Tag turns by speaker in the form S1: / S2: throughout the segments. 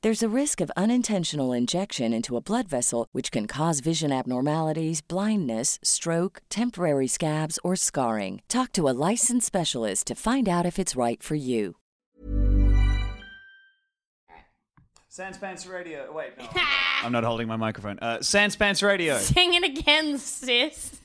S1: There's a risk of unintentional injection into a blood vessel, which can cause vision abnormalities, blindness, stroke, temporary scabs, or scarring. Talk to a licensed specialist to find out if it's right for you.
S2: Sans Pants Radio. Wait, no. I'm not holding my microphone. Uh, Sans Pants Radio.
S3: Sing it again, sis.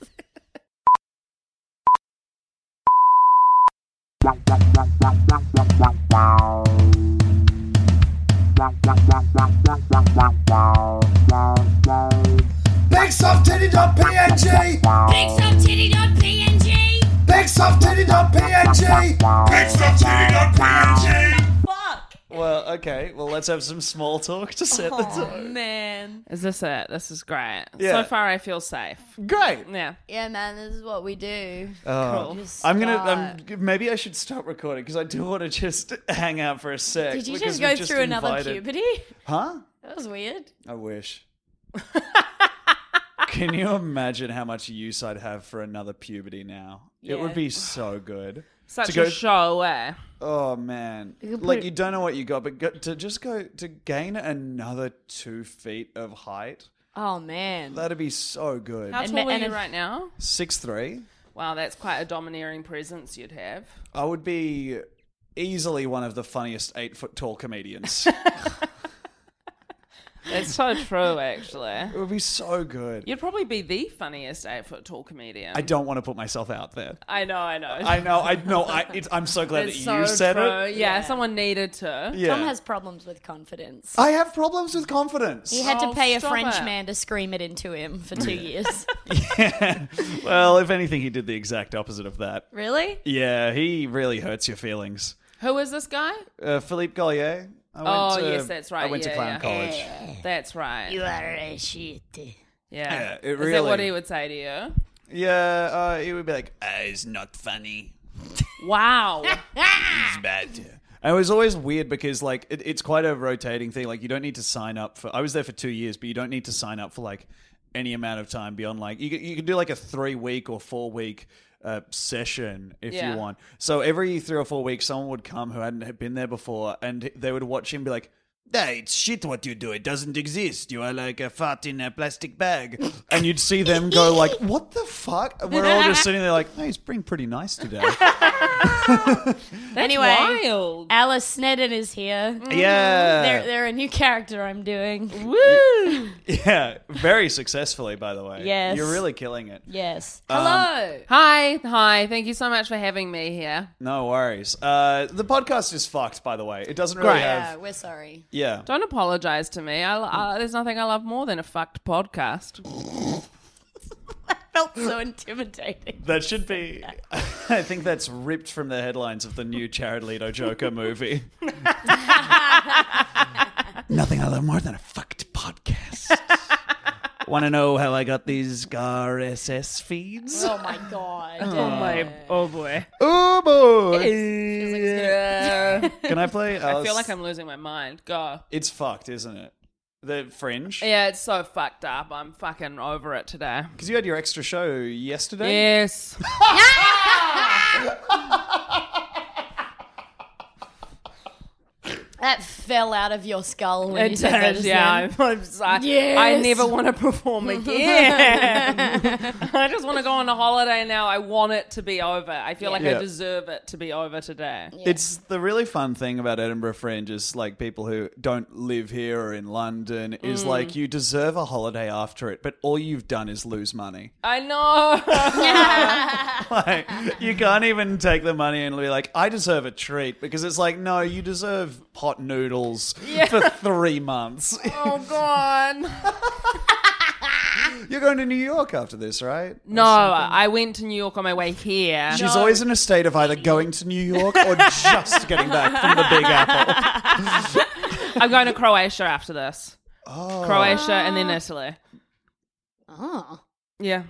S4: Big soft titty dot PNG.
S5: Big Soft Titty dot PNG.
S4: Big soft titty dot PNG. Big soft titty dot PNG.
S3: Fuck.
S2: Well, okay. Well, let's have some small talk to set the
S3: Oh,
S2: tone.
S3: man. Is this it? This is great.
S2: Yeah.
S3: So far, I feel safe.
S2: Great.
S3: Yeah.
S6: Yeah, man, this is what we do.
S2: Oh,
S6: Just
S2: I'm gonna.
S6: start.
S2: I'm, maybe I should stop recording because I do want to just hang out for a sec.
S6: Did you
S2: because
S6: just go
S2: we've
S6: through another
S2: invited-
S6: puberty?
S2: Huh?
S6: That was weird.
S2: I wish. Can you imagine how much use I'd have for another puberty now? It would
S3: Yeah.
S2: be so good.
S3: Such
S2: To
S3: a
S2: go-
S3: show, eh?
S2: Oh man!
S3: could
S2: like
S3: put-
S2: you don't know what you got, but go, to just go to gain another two feet of height,
S6: Oh man.
S2: that'd be so good.
S3: How
S6: And
S3: tall
S6: ma-
S3: are
S6: and
S3: you
S6: if-
S3: right now?
S2: Six three,
S3: Wow, that's quite a domineering presence you'd have.
S2: I would be easily one of the funniest eight foot tall comedians.
S3: That's so true, actually.
S2: it would be so good.
S3: You'd probably be the funniest eight foot tall comedian.
S2: I don't want to put myself out there.
S3: I know, I know.
S2: I know. I know. I. It's, I'm so glad that
S3: It's so
S2: you said
S3: true.
S2: it.
S3: Yeah, someone needed to.
S2: Yeah. Oh,
S6: Tom has problems with confidence.
S2: I have problems with confidence.
S6: He had
S3: Oh,
S6: to pay a
S3: stop
S6: French
S3: it.
S6: man to scream it into him for two years.
S2: well, if anything, he did the exact opposite of that.
S6: really?
S2: Yeah, he really hurts your feelings.
S3: Who is this guy?
S2: Uh, Philippe Gollier. I
S3: Oh, yes, that's right.
S2: I went to
S3: Yeah,
S2: clown
S3: yeah.
S2: college.
S3: That's right.
S6: You are a shit.
S2: Yeah,
S3: yeah.
S2: it
S3: Is that what
S2: really-
S3: he would say to you?
S2: Yeah, uh, he would be like, "Ah, "It's not funny.
S3: Wow.
S2: It's bad." And it was always weird because like it, it's quite a rotating thing. Like you don't need to sign up for. I was there for two years, but you don't need to sign up for like any amount of time beyond like you. can- You can do like a three week or four week. Uh, session if
S3: Yeah.
S2: you want. So every three or four weeks, someone would come who hadn't been there before, and they would watch him be like, "Nah, it's shit what you do. It doesn't exist. You are like a fart in a plastic bag." and you'd see them go like, "What the fuck?" And we're all just sitting there like, "Hey, he's being pretty nice today."
S6: anyway,
S3: Wild.
S6: Alice Sneddon is here.
S2: Mm. yeah,
S6: They're, they're a new character I'm doing.
S3: Woo.
S2: yeah, very successfully, by the way.
S6: Yes.
S2: you're really killing it.
S6: Yes. Hello.
S3: Hi, hi. Thank you so much for having me here.
S2: No worries. Uh, the podcast is fucked, by the way. It doesn't really
S3: Great.
S6: yeah,
S2: have.
S6: we're sorry.
S2: Yeah.
S3: Don't apologize to me. I, I, there's nothing I love more than a fucked podcast.
S6: Felt so intimidating.
S2: That should be. I think that's ripped from the headlines of the new Jared Leto Joker movie. Nothing other more than a fucked podcast. Want to know how I got these RSS feeds?
S6: Oh my god.
S3: Oh my, oh boy.
S2: Oh boy!
S3: Yeah.
S2: Can I play? Alice?
S3: I feel like I'm losing my mind. Go.
S2: It's fucked, isn't it? The fringe.
S3: Yeah, it's so fucked up. I'm fucking over it today.
S2: Because you had your extra show yesterday.
S3: Yes.
S6: That fell out of your skull when you
S3: It
S6: said that
S3: does,
S6: just
S3: yeah.
S6: then.
S3: I'm, I'm sorry. I
S6: Yes.
S3: never want to perform again. I just want to go on a holiday now. I want it to be over. I feel like
S2: Yeah.
S3: I deserve it to be over today.
S2: It's the really fun thing about Edinburgh Fringe is like people who don't live here or in London is like you deserve a holiday after it, but all you've done is lose money.
S3: I know.
S2: Like you can't even take the money and be like, I deserve a treat because it's like, no, you deserve hot noodles for three months.
S3: oh God.
S2: You're going to New York after this, right?
S3: No, I went to New York on my way here.
S2: She's always in a state of either going to New York or just getting back from the Big Apple.
S3: I'm going to Croatia after this.
S2: Oh.
S3: Croatia and then Italy.
S6: Oh.
S3: Yeah.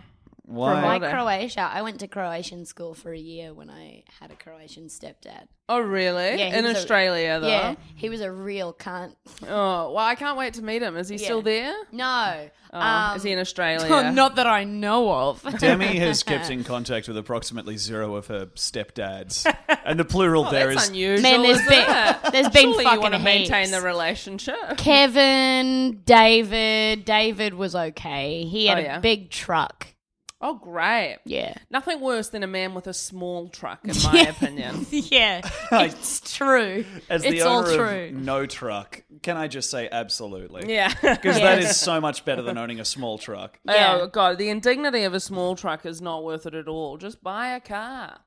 S6: Why
S2: Why?
S3: Holiday.
S6: Croatia? I went to Croatian school for a year when I had a Croatian stepdad.
S3: Oh really?
S6: Yeah, he
S3: in
S6: was a-
S3: Australia though.
S6: Yeah, he was a real cunt.
S3: Oh well, I can't wait to meet him. Is he still there?
S6: No. um,
S3: Oh, is he in Australia?
S6: Not that I know of.
S2: Demi has kept in contact with approximately zero of her stepdads, and the plural there
S3: Oh, That's
S2: is
S3: unusual.
S6: Man, there's
S3: isn't
S6: been-
S3: it?
S6: there's been
S3: Surely you
S6: fucking
S3: want to maintain
S6: heaps.
S3: the relationship.
S6: Kevin, David. David was okay. He had
S3: Oh, yeah.
S6: a big truck.
S3: Oh, great.
S6: Yeah.
S3: Nothing worse than a man with a small truck, in my opinion.
S6: yeah. It's true.
S2: as the
S6: it's all
S2: owner
S6: true.
S2: of no truck. Can I just say absolutely?
S3: Yeah.
S2: Because that is so much better than owning a small truck.
S6: Yeah.
S3: Oh, God. The indignity of a small truck is not worth it at all. Just buy a car.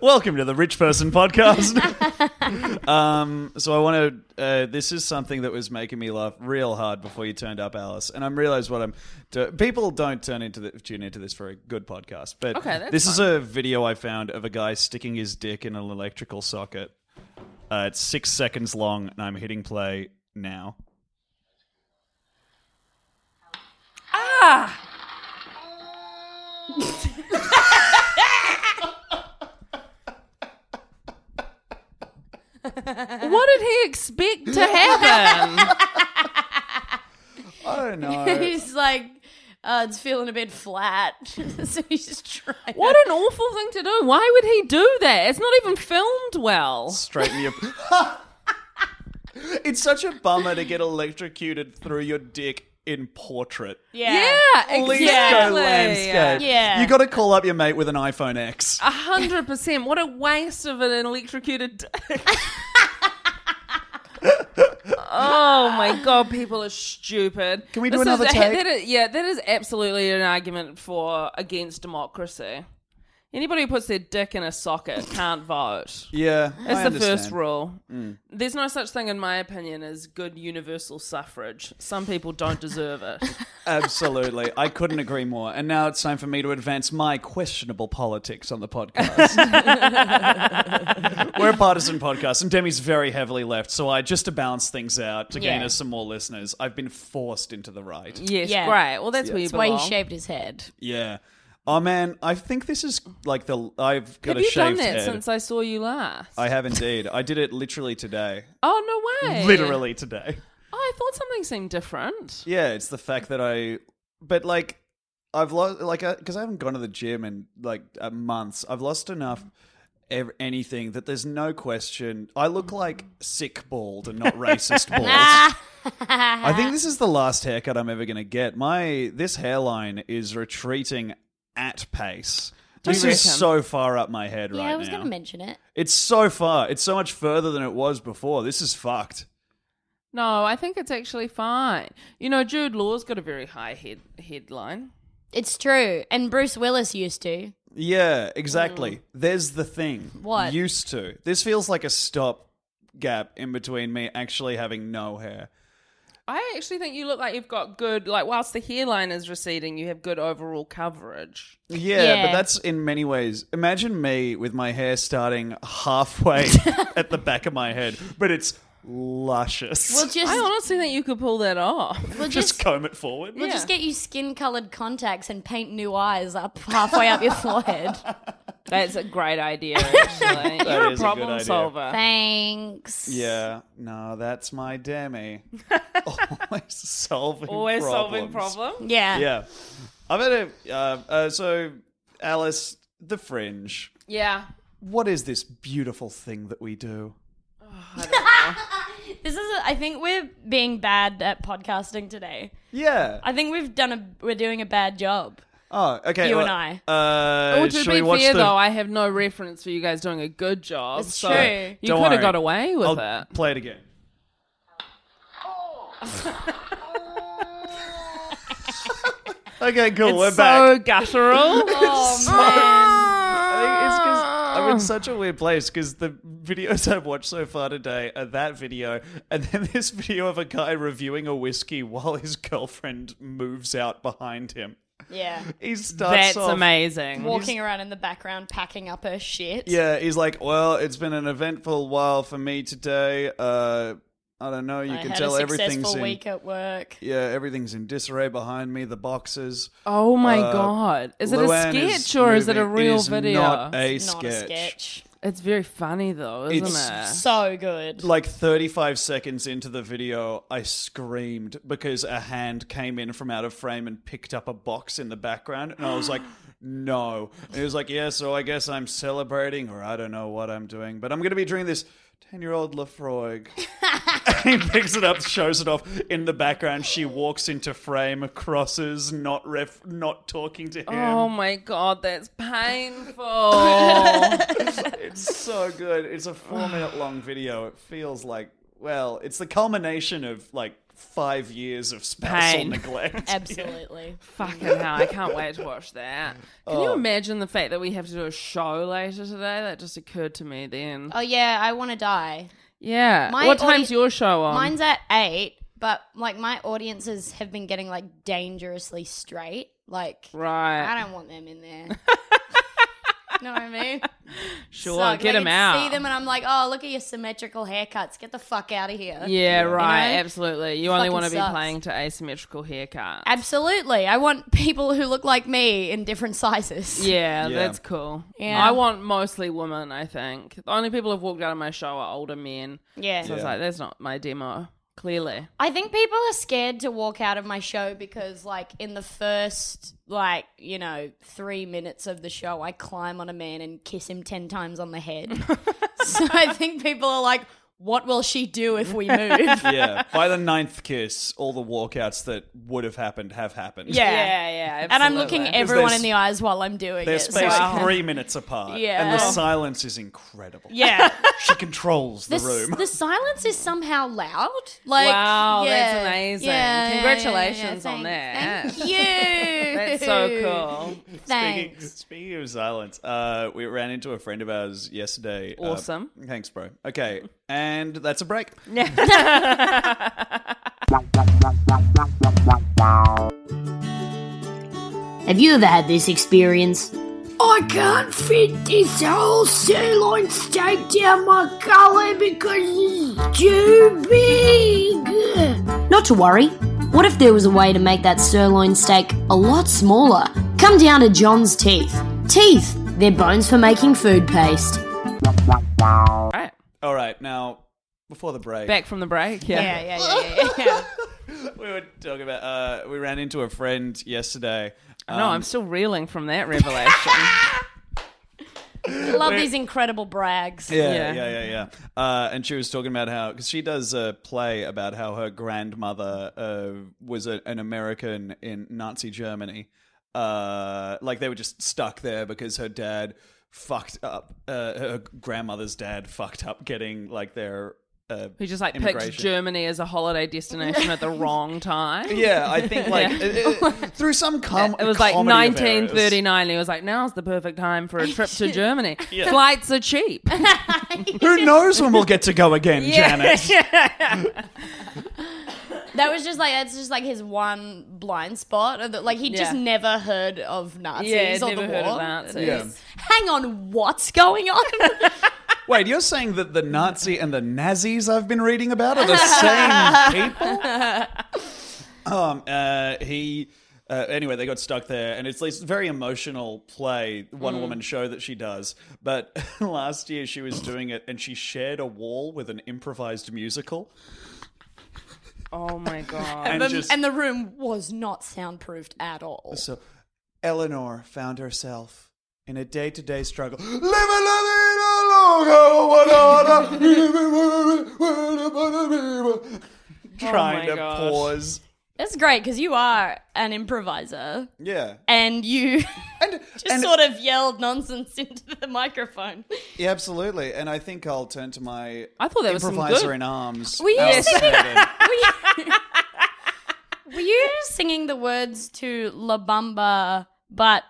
S2: Welcome to the Rich Person Podcast. um, so I want to. Uh, this is something that was making me laugh real hard before you turned up, Alice, and I realized what I'm. Do- People don't turn into the, tune into this for a good podcast, but
S3: Okay, that's
S2: this is a video I found of a guy sticking his dick in an electrical socket. Uh, it's six seconds long, and I'm hitting play now.
S3: What did he expect to happen?
S2: I don't know.
S6: He's like, uh, it's feeling a bit flat. so he's just trying.
S3: what an awful thing to do. Why would he do that? It's not even filmed well.
S2: Straighten your. it's such a bummer to get electrocuted through your dick in portrait.
S6: Yeah.
S3: Yeah,
S2: Please go landscape.
S3: exactly.
S6: Yeah.
S2: You got to call up your mate with an iPhone X.
S3: A hundred percent. What a waste of an electrocuted dick. oh my god, people are stupid.
S2: Can we do
S3: This
S2: another
S3: is,
S2: take?
S3: that is- yeah, that is absolutely an argument for against democracy. Anybody who puts their dick in a socket can't vote.
S2: Yeah.
S3: That's the first rule.
S6: Mm.
S3: There's no such thing, in my opinion, as good universal suffrage. Some people don't deserve it.
S2: Absolutely. I couldn't agree more. And now it's time for me to advance my questionable politics on the podcast. We're a partisan podcast, and Demi's very heavily left. So I, just to balance things out, to gain
S6: Yeah.
S2: us some more listeners, I've been forced into the right.
S3: Yes,
S6: Yeah.
S3: great. Well, that's where you
S6: That's why
S3: belong.
S6: he shaved his head.
S2: Yeah. Oh, man. I think this is like the. I've got
S3: Have
S2: a
S3: you done
S2: shaved
S3: that
S2: head.
S3: since I saw you last?
S2: I have indeed. I did it literally today.
S3: oh no way!
S2: Literally today.
S3: Oh, I thought something seemed different.
S2: Yeah, it's the fact that I, but like, I've lost like because I haven't gone to the gym in like uh, months. I've lost enough ev- anything that there's no question. I look like sick bald and not racist bald.
S6: Ah.
S2: I think this is the last haircut I'm ever gonna get. My this hairline is retreating at pace. This
S3: you
S2: is
S3: reckon?
S2: so far up my head
S6: Yeah,
S2: right
S6: I was
S2: now.
S6: going to mention it.
S2: it's so far. It's so much further than it was before. This is fucked.
S3: No, I think it's actually fine. You know, Jude Law's got a very high head headline.
S6: It's true. And Bruce Willis used to.
S2: Yeah, exactly. There's the thing.
S6: What?
S2: Used to. This feels like a stop gap in between me actually having no hair.
S3: I actually think you look like you've got good, like, whilst the hairline is receding, you have good overall coverage.
S2: Yeah, but
S6: Yeah.
S2: that's in many ways. Imagine me with my hair starting halfway at the back of my head, but it's luscious.
S6: We'll just,
S3: I honestly think you could pull that off.
S6: we'll
S2: just,
S6: just,
S2: comb it forward.
S6: we'll just get you skin colored contacts and paint new eyes up halfway up your forehead.
S3: That's a great idea, actually. You're
S2: is a
S3: a
S2: good
S3: problem
S2: idea.
S3: solver.
S6: Thanks.
S2: Yeah, no, that's my demi. Always solving
S3: Always
S2: problems.
S3: solving problems.
S6: Yeah.
S2: Yeah. I've had a. Uh, uh, so, Alice, The Fringe.
S3: Yeah.
S2: what is this beautiful thing that we do?
S6: This is. A, I think we're being bad at podcasting today.
S2: Yeah.
S6: I think we've done a. We're doing a bad job.
S2: oh, okay.
S6: You
S2: well,
S6: and
S2: Uh,
S3: Well, to
S2: should
S3: be
S2: we watch
S3: fair,
S2: the-
S3: though, I have no reference for you guys doing a good job.
S6: It's
S3: so
S6: true.
S3: You
S2: Don't
S3: could
S2: worry.
S3: have got away with
S2: I'll
S3: it.
S2: play it again. okay, cool.
S3: It's
S2: we're
S3: so
S2: back.
S3: guttural.
S6: Oh man.
S2: I think it's 'cause I'm in such a weird place because the videos I've watched so far today are that video, and then this video of a guy reviewing a whiskey while his girlfriend moves out behind him.
S6: Yeah.
S2: He starts
S3: That's
S2: off-
S3: amazing.
S6: Walking around in the background, packing up her shit.
S2: Yeah, he's like, well, it's been an eventful while for me today. Uh, I don't know. You
S6: I
S2: can
S6: had
S2: tell
S6: a
S2: everything's
S6: successful
S2: in.
S6: week at work.
S2: Yeah, everything's in disarray behind me. The boxes.
S3: Oh my
S2: Uh,
S3: god. Is it
S2: Luann
S3: a sketch or is it a
S2: moving-
S3: real
S2: is
S3: video?
S2: Not a
S6: It's not
S2: sketch.
S6: a sketch.
S3: it's very funny though, isn't
S2: It's-
S3: it?
S6: So good.
S2: Like 35 seconds into the video, I screamed because a hand came in from out of frame and picked up a box in the background. And I was like, no. And he was like, yeah, so I guess I'm celebrating or I don't know what I'm doing, but I'm going to be drinking this 10 year old Lafroig. he picks it up, shows it off. In the background, she walks into frame, crosses, not ref, not talking to him.
S3: Oh my god, that's
S2: Oh.
S3: painful.
S2: It's so good. It's a four minute long video. It feels like, well, it's the culmination of like five years of spousal
S3: Pain.
S2: neglect.
S6: Absolutely.
S3: Fucking hell, I can't wait to watch that. Can
S6: Oh.
S3: you imagine the fact that we have to do a show later today? That just occurred to me then.
S6: Oh yeah, I want to die.
S3: Yeah.
S6: My
S3: what time's
S6: audi-
S3: your show on?
S6: Mine's at eight, but like my audiences have been getting like dangerously straight. Like
S3: right.
S6: I don't want them in there. know what I mean?
S3: sure,
S6: Suck.
S3: get
S6: Like,
S3: him
S6: I'd
S3: out.
S6: See them and I'm like, oh, look at your symmetrical haircuts. Get the fuck out of here.
S3: yeah, right,
S6: know?
S3: absolutely. You only
S6: Fucking
S3: want to be
S6: sucks.
S3: playing to asymmetrical haircuts.
S6: Absolutely. I want people who look like me in different sizes.
S3: Yeah,
S2: Yeah.
S3: that's cool.
S6: Yeah.
S3: I want mostly women, I think. The only people who've walked out of my show are older men.
S6: Yeah.
S3: So I was
S2: Yeah.
S3: like, that's not my demo, clearly.
S6: I think people are scared to walk out of my show because, like, in the first, like, you know, three minutes of the show, I climb on a man and kiss him 10 times on the head. so I think people are like, what will she do if we move?
S2: Yeah. yeah. By the ninth kiss, all the walkouts that would have happened have happened.
S6: Yeah.
S3: yeah.
S6: And I'm looking
S3: absolutely.
S6: everyone
S2: there's-
S6: in the eyes while I'm doing
S2: They're
S6: it. so
S2: spaced
S6: I-
S2: three minutes apart.
S6: Yeah. Oh.
S2: And the silence is incredible.
S6: yeah.
S2: She controls the,
S6: The, s-
S2: room.
S6: the silence is somehow loud. Like
S3: Wow,
S6: yeah,
S3: that's amazing.
S6: yeah, yeah,
S3: Congratulations
S6: yeah,
S3: on
S6: yeah.
S3: that.
S6: Thank you.
S3: That's so cool.
S6: Thanks.
S2: Speaking, speaking of silence, uh, we ran into a friend of ours yesterday. uh,
S3: Awesome.
S2: thanks, bro. Okay, and that's a break.
S7: Have you ever had this experience?
S8: I can't fit this whole sirloin steak down my gullet because it's too big.
S7: Not to worry. What if there was a way to make that sirloin steak a lot smaller? Come down to John's Teeth. Teeth, they're bones for making food paste.
S3: Right.
S2: All right, now before the break,
S3: Back from the break. Yeah.
S6: Yeah, yeah, yeah, yeah. yeah.
S2: we were talking about. Uh, we ran into a friend yesterday.
S3: Oh,
S2: Uh,
S3: No,
S2: Um,
S3: I'm still reeling from that revelation.
S6: Love these incredible brags.
S2: Yeah,
S3: Yeah.
S2: yeah, yeah, yeah. Uh, and she was talking about how because she does a play about how her grandmother uh, was a, an American in Nazi Germany. Uh, like they were just stuck there because her dad fucked up. Uh, her grandmother's dad fucked up getting like their. Uh,
S3: He just like picked
S2: Immigration.
S3: Germany as a holiday destination at the wrong time.
S2: yeah, I think like uh, uh, through some com-
S3: It was like
S2: comedy of errors.
S3: 1939. He was like, now's the perfect time for a trip to Germany. Flights are cheap.
S2: Who knows when we'll get to go again, Janet?
S6: That was just like that's just like his one blind spot. of the- Like he just
S3: Yeah.
S6: never heard of Nazis
S3: Yeah,
S6: or
S3: never
S6: the
S3: heard
S6: war.
S3: of Nazis.
S2: Yeah.
S6: Hang on, what's going on?
S2: Wait, you're saying that the Nazi and the Nazis I've been reading about are the same people? Um, uh, he. Uh, anyway, they got stuck there, and it's this very emotional play, one
S6: Mm.
S2: woman show that she does. But last year she was doing it, and she shared a wall with an improvised musical,
S3: Oh my god.
S2: and,
S6: The-
S2: just
S6: and the room was not soundproofed at all.
S2: so Eleanor found herself in a day-to-day struggle. Live a Trying
S6: Oh my
S2: to
S6: gosh.
S2: pause.
S6: That's great because you are an improviser.
S2: Yeah.
S6: And you just
S2: and-
S6: sort of yelled nonsense into the microphone.
S2: Yeah, absolutely. And I think I'll turn to my
S6: I thought that was some
S2: improviser
S6: good-
S2: in arms.
S6: Were you
S2: Alice
S6: singing-
S2: Snowden.
S6: Were you singing the words to La Bamba, but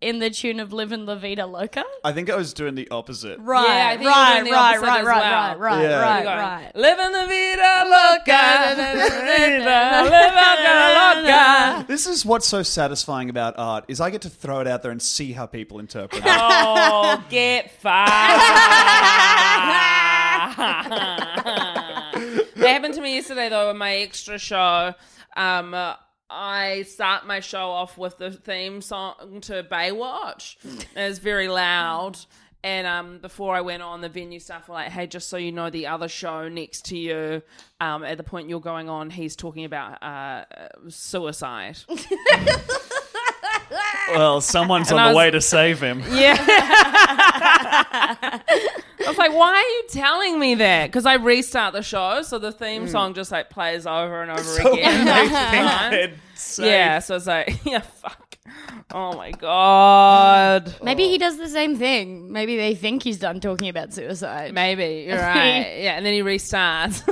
S6: in the tune of Livin' La Vida Loca?
S2: I think I was doing the opposite.
S6: Right,
S3: Yeah, I think you were
S6: right,
S3: doing the
S6: right,
S3: opposite
S6: right, right,
S3: as well.
S6: right, right,
S2: Yeah.
S6: right,
S3: Here we go.
S6: right.
S3: Living the vida loca, loca, loca.
S2: This is what's so satisfying about art is I get to throw it out there and see how people interpret it.
S3: Oh, get fucked. that happened to me yesterday, though, in my extra show. Um, uh, I start my show off with the theme song to Baywatch. And it's very loud. And um, before I went on, the venue staff were like, hey, just so you know, the other show next to you, um, at the point you're going on, he's talking about uh, suicide.
S2: Well, someone's
S3: And
S2: on
S3: I
S2: the
S3: was-
S2: way to save him.
S3: I was like, why are you telling me that? Because I restart the show, so the
S2: Mm.
S3: theme song just like plays over and over again.
S2: they
S3: Like,
S2: think
S3: right?
S2: they're safe.
S3: yeah, so it's like, yeah, fuck. Oh my god.
S6: Maybe he does the same thing. Maybe they think he's done talking about suicide.
S3: Maybe you're right. Yeah, and then he restarts.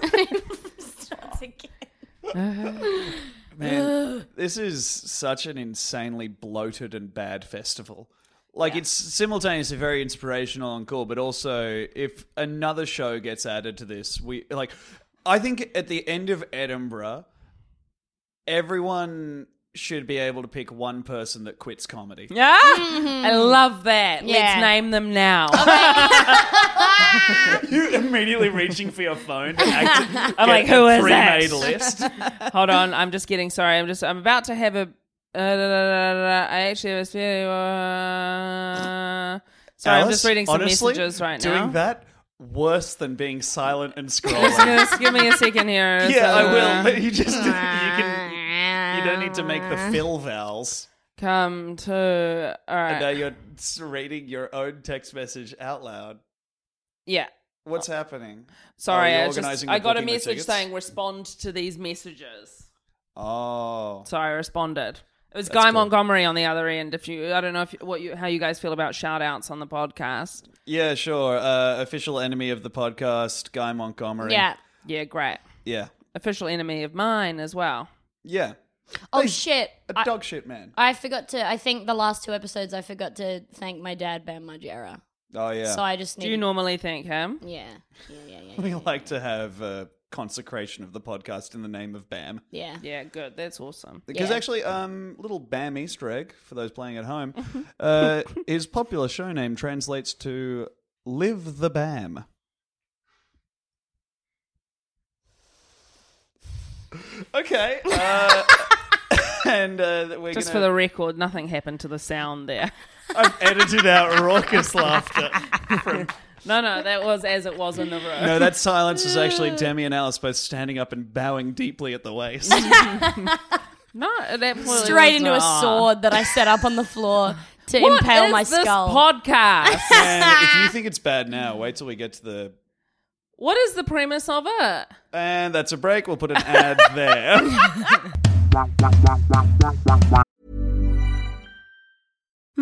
S2: Man, this is such an insanely bloated and bad festival. Like it's simultaneously very inspirational and cool, but also if another show gets added to this, we like I think at the end of Edinburgh, everyone should be able to pick one person that quits comedy.
S3: yeah, I love that.
S6: Mm-hmm. Yeah.
S3: Let's name them now.
S2: You immediately reaching for your phone. To act-
S3: I'm like,
S2: get
S3: who
S2: a
S3: is that?
S2: pre-made list.
S3: Hold on, I'm just getting sorry. I'm just I'm about to have a. Uh, da, da, da, da, da. I actually have a. Uh, sorry, I'm
S2: Alice,
S3: just reading some
S2: honestly,
S3: messages right
S2: doing
S3: now.
S2: that worse than being silent and
S3: Just
S2: scrolling.
S3: gonna- just give me a second here.
S2: yeah,
S3: So,
S2: I will.
S3: uh,
S2: But you just you can you don't need to make the fill vowels.
S3: Come to all
S6: Uh,
S2: And uh, now
S3: right.
S2: you're s- reading your own text message out loud.
S3: Yeah.
S2: What's happening?
S3: Sorry,
S2: Are you
S3: I, just,
S2: organising
S3: I
S2: the
S3: got a
S2: booking the
S3: message
S2: tickets?
S3: saying respond to these messages.
S2: Oh,
S3: So I responded. It was Guy
S2: cool.
S3: Montgomery on the other end. If you, I don't know if you, what you, how you guys feel about shout outs on the podcast.
S2: yeah, sure. Uh, official enemy of the podcast, Guy Montgomery.
S6: Yeah.
S3: Yeah, great.
S2: yeah,
S3: Official enemy of mine as well.
S2: yeah.
S6: Oh
S2: Hey,
S6: shit.
S2: A
S6: I,
S2: dog shit man.
S6: I forgot to. I think the last two episodes, I forgot to thank my dad, Bam Margera.
S2: Oh yeah.
S6: So I just need.
S3: Do you normally thank him?
S6: Yeah. Yeah. Yeah. Yeah.
S2: we like to have a consecration of the podcast in the name of Bam.
S6: Yeah.
S3: Yeah, good. That's awesome.
S2: Because
S6: Yeah.
S2: actually, um, little Bam Easter egg for those playing at home, uh, his popular show name translates to "Live the Bam." Okay, uh, and uh, we're
S3: Just for
S2: gonna,
S3: the record, nothing happened to the sound there.
S2: I've edited out raucous laughter.
S3: No, no, that was as it was in the room.
S2: No, that silence is actually Demi and Alice both standing up and bowing deeply at the waist.
S3: No, it absolutely
S6: Straight
S3: was
S6: into a
S3: not.
S6: sword that I set up on the floor to
S3: What
S6: impale
S3: is
S6: my
S3: this
S6: skull.
S3: podcast?
S2: and if you think it's bad now, wait till we get to the.
S3: what is the premise of it?
S2: And that's a break. We'll put an ad there.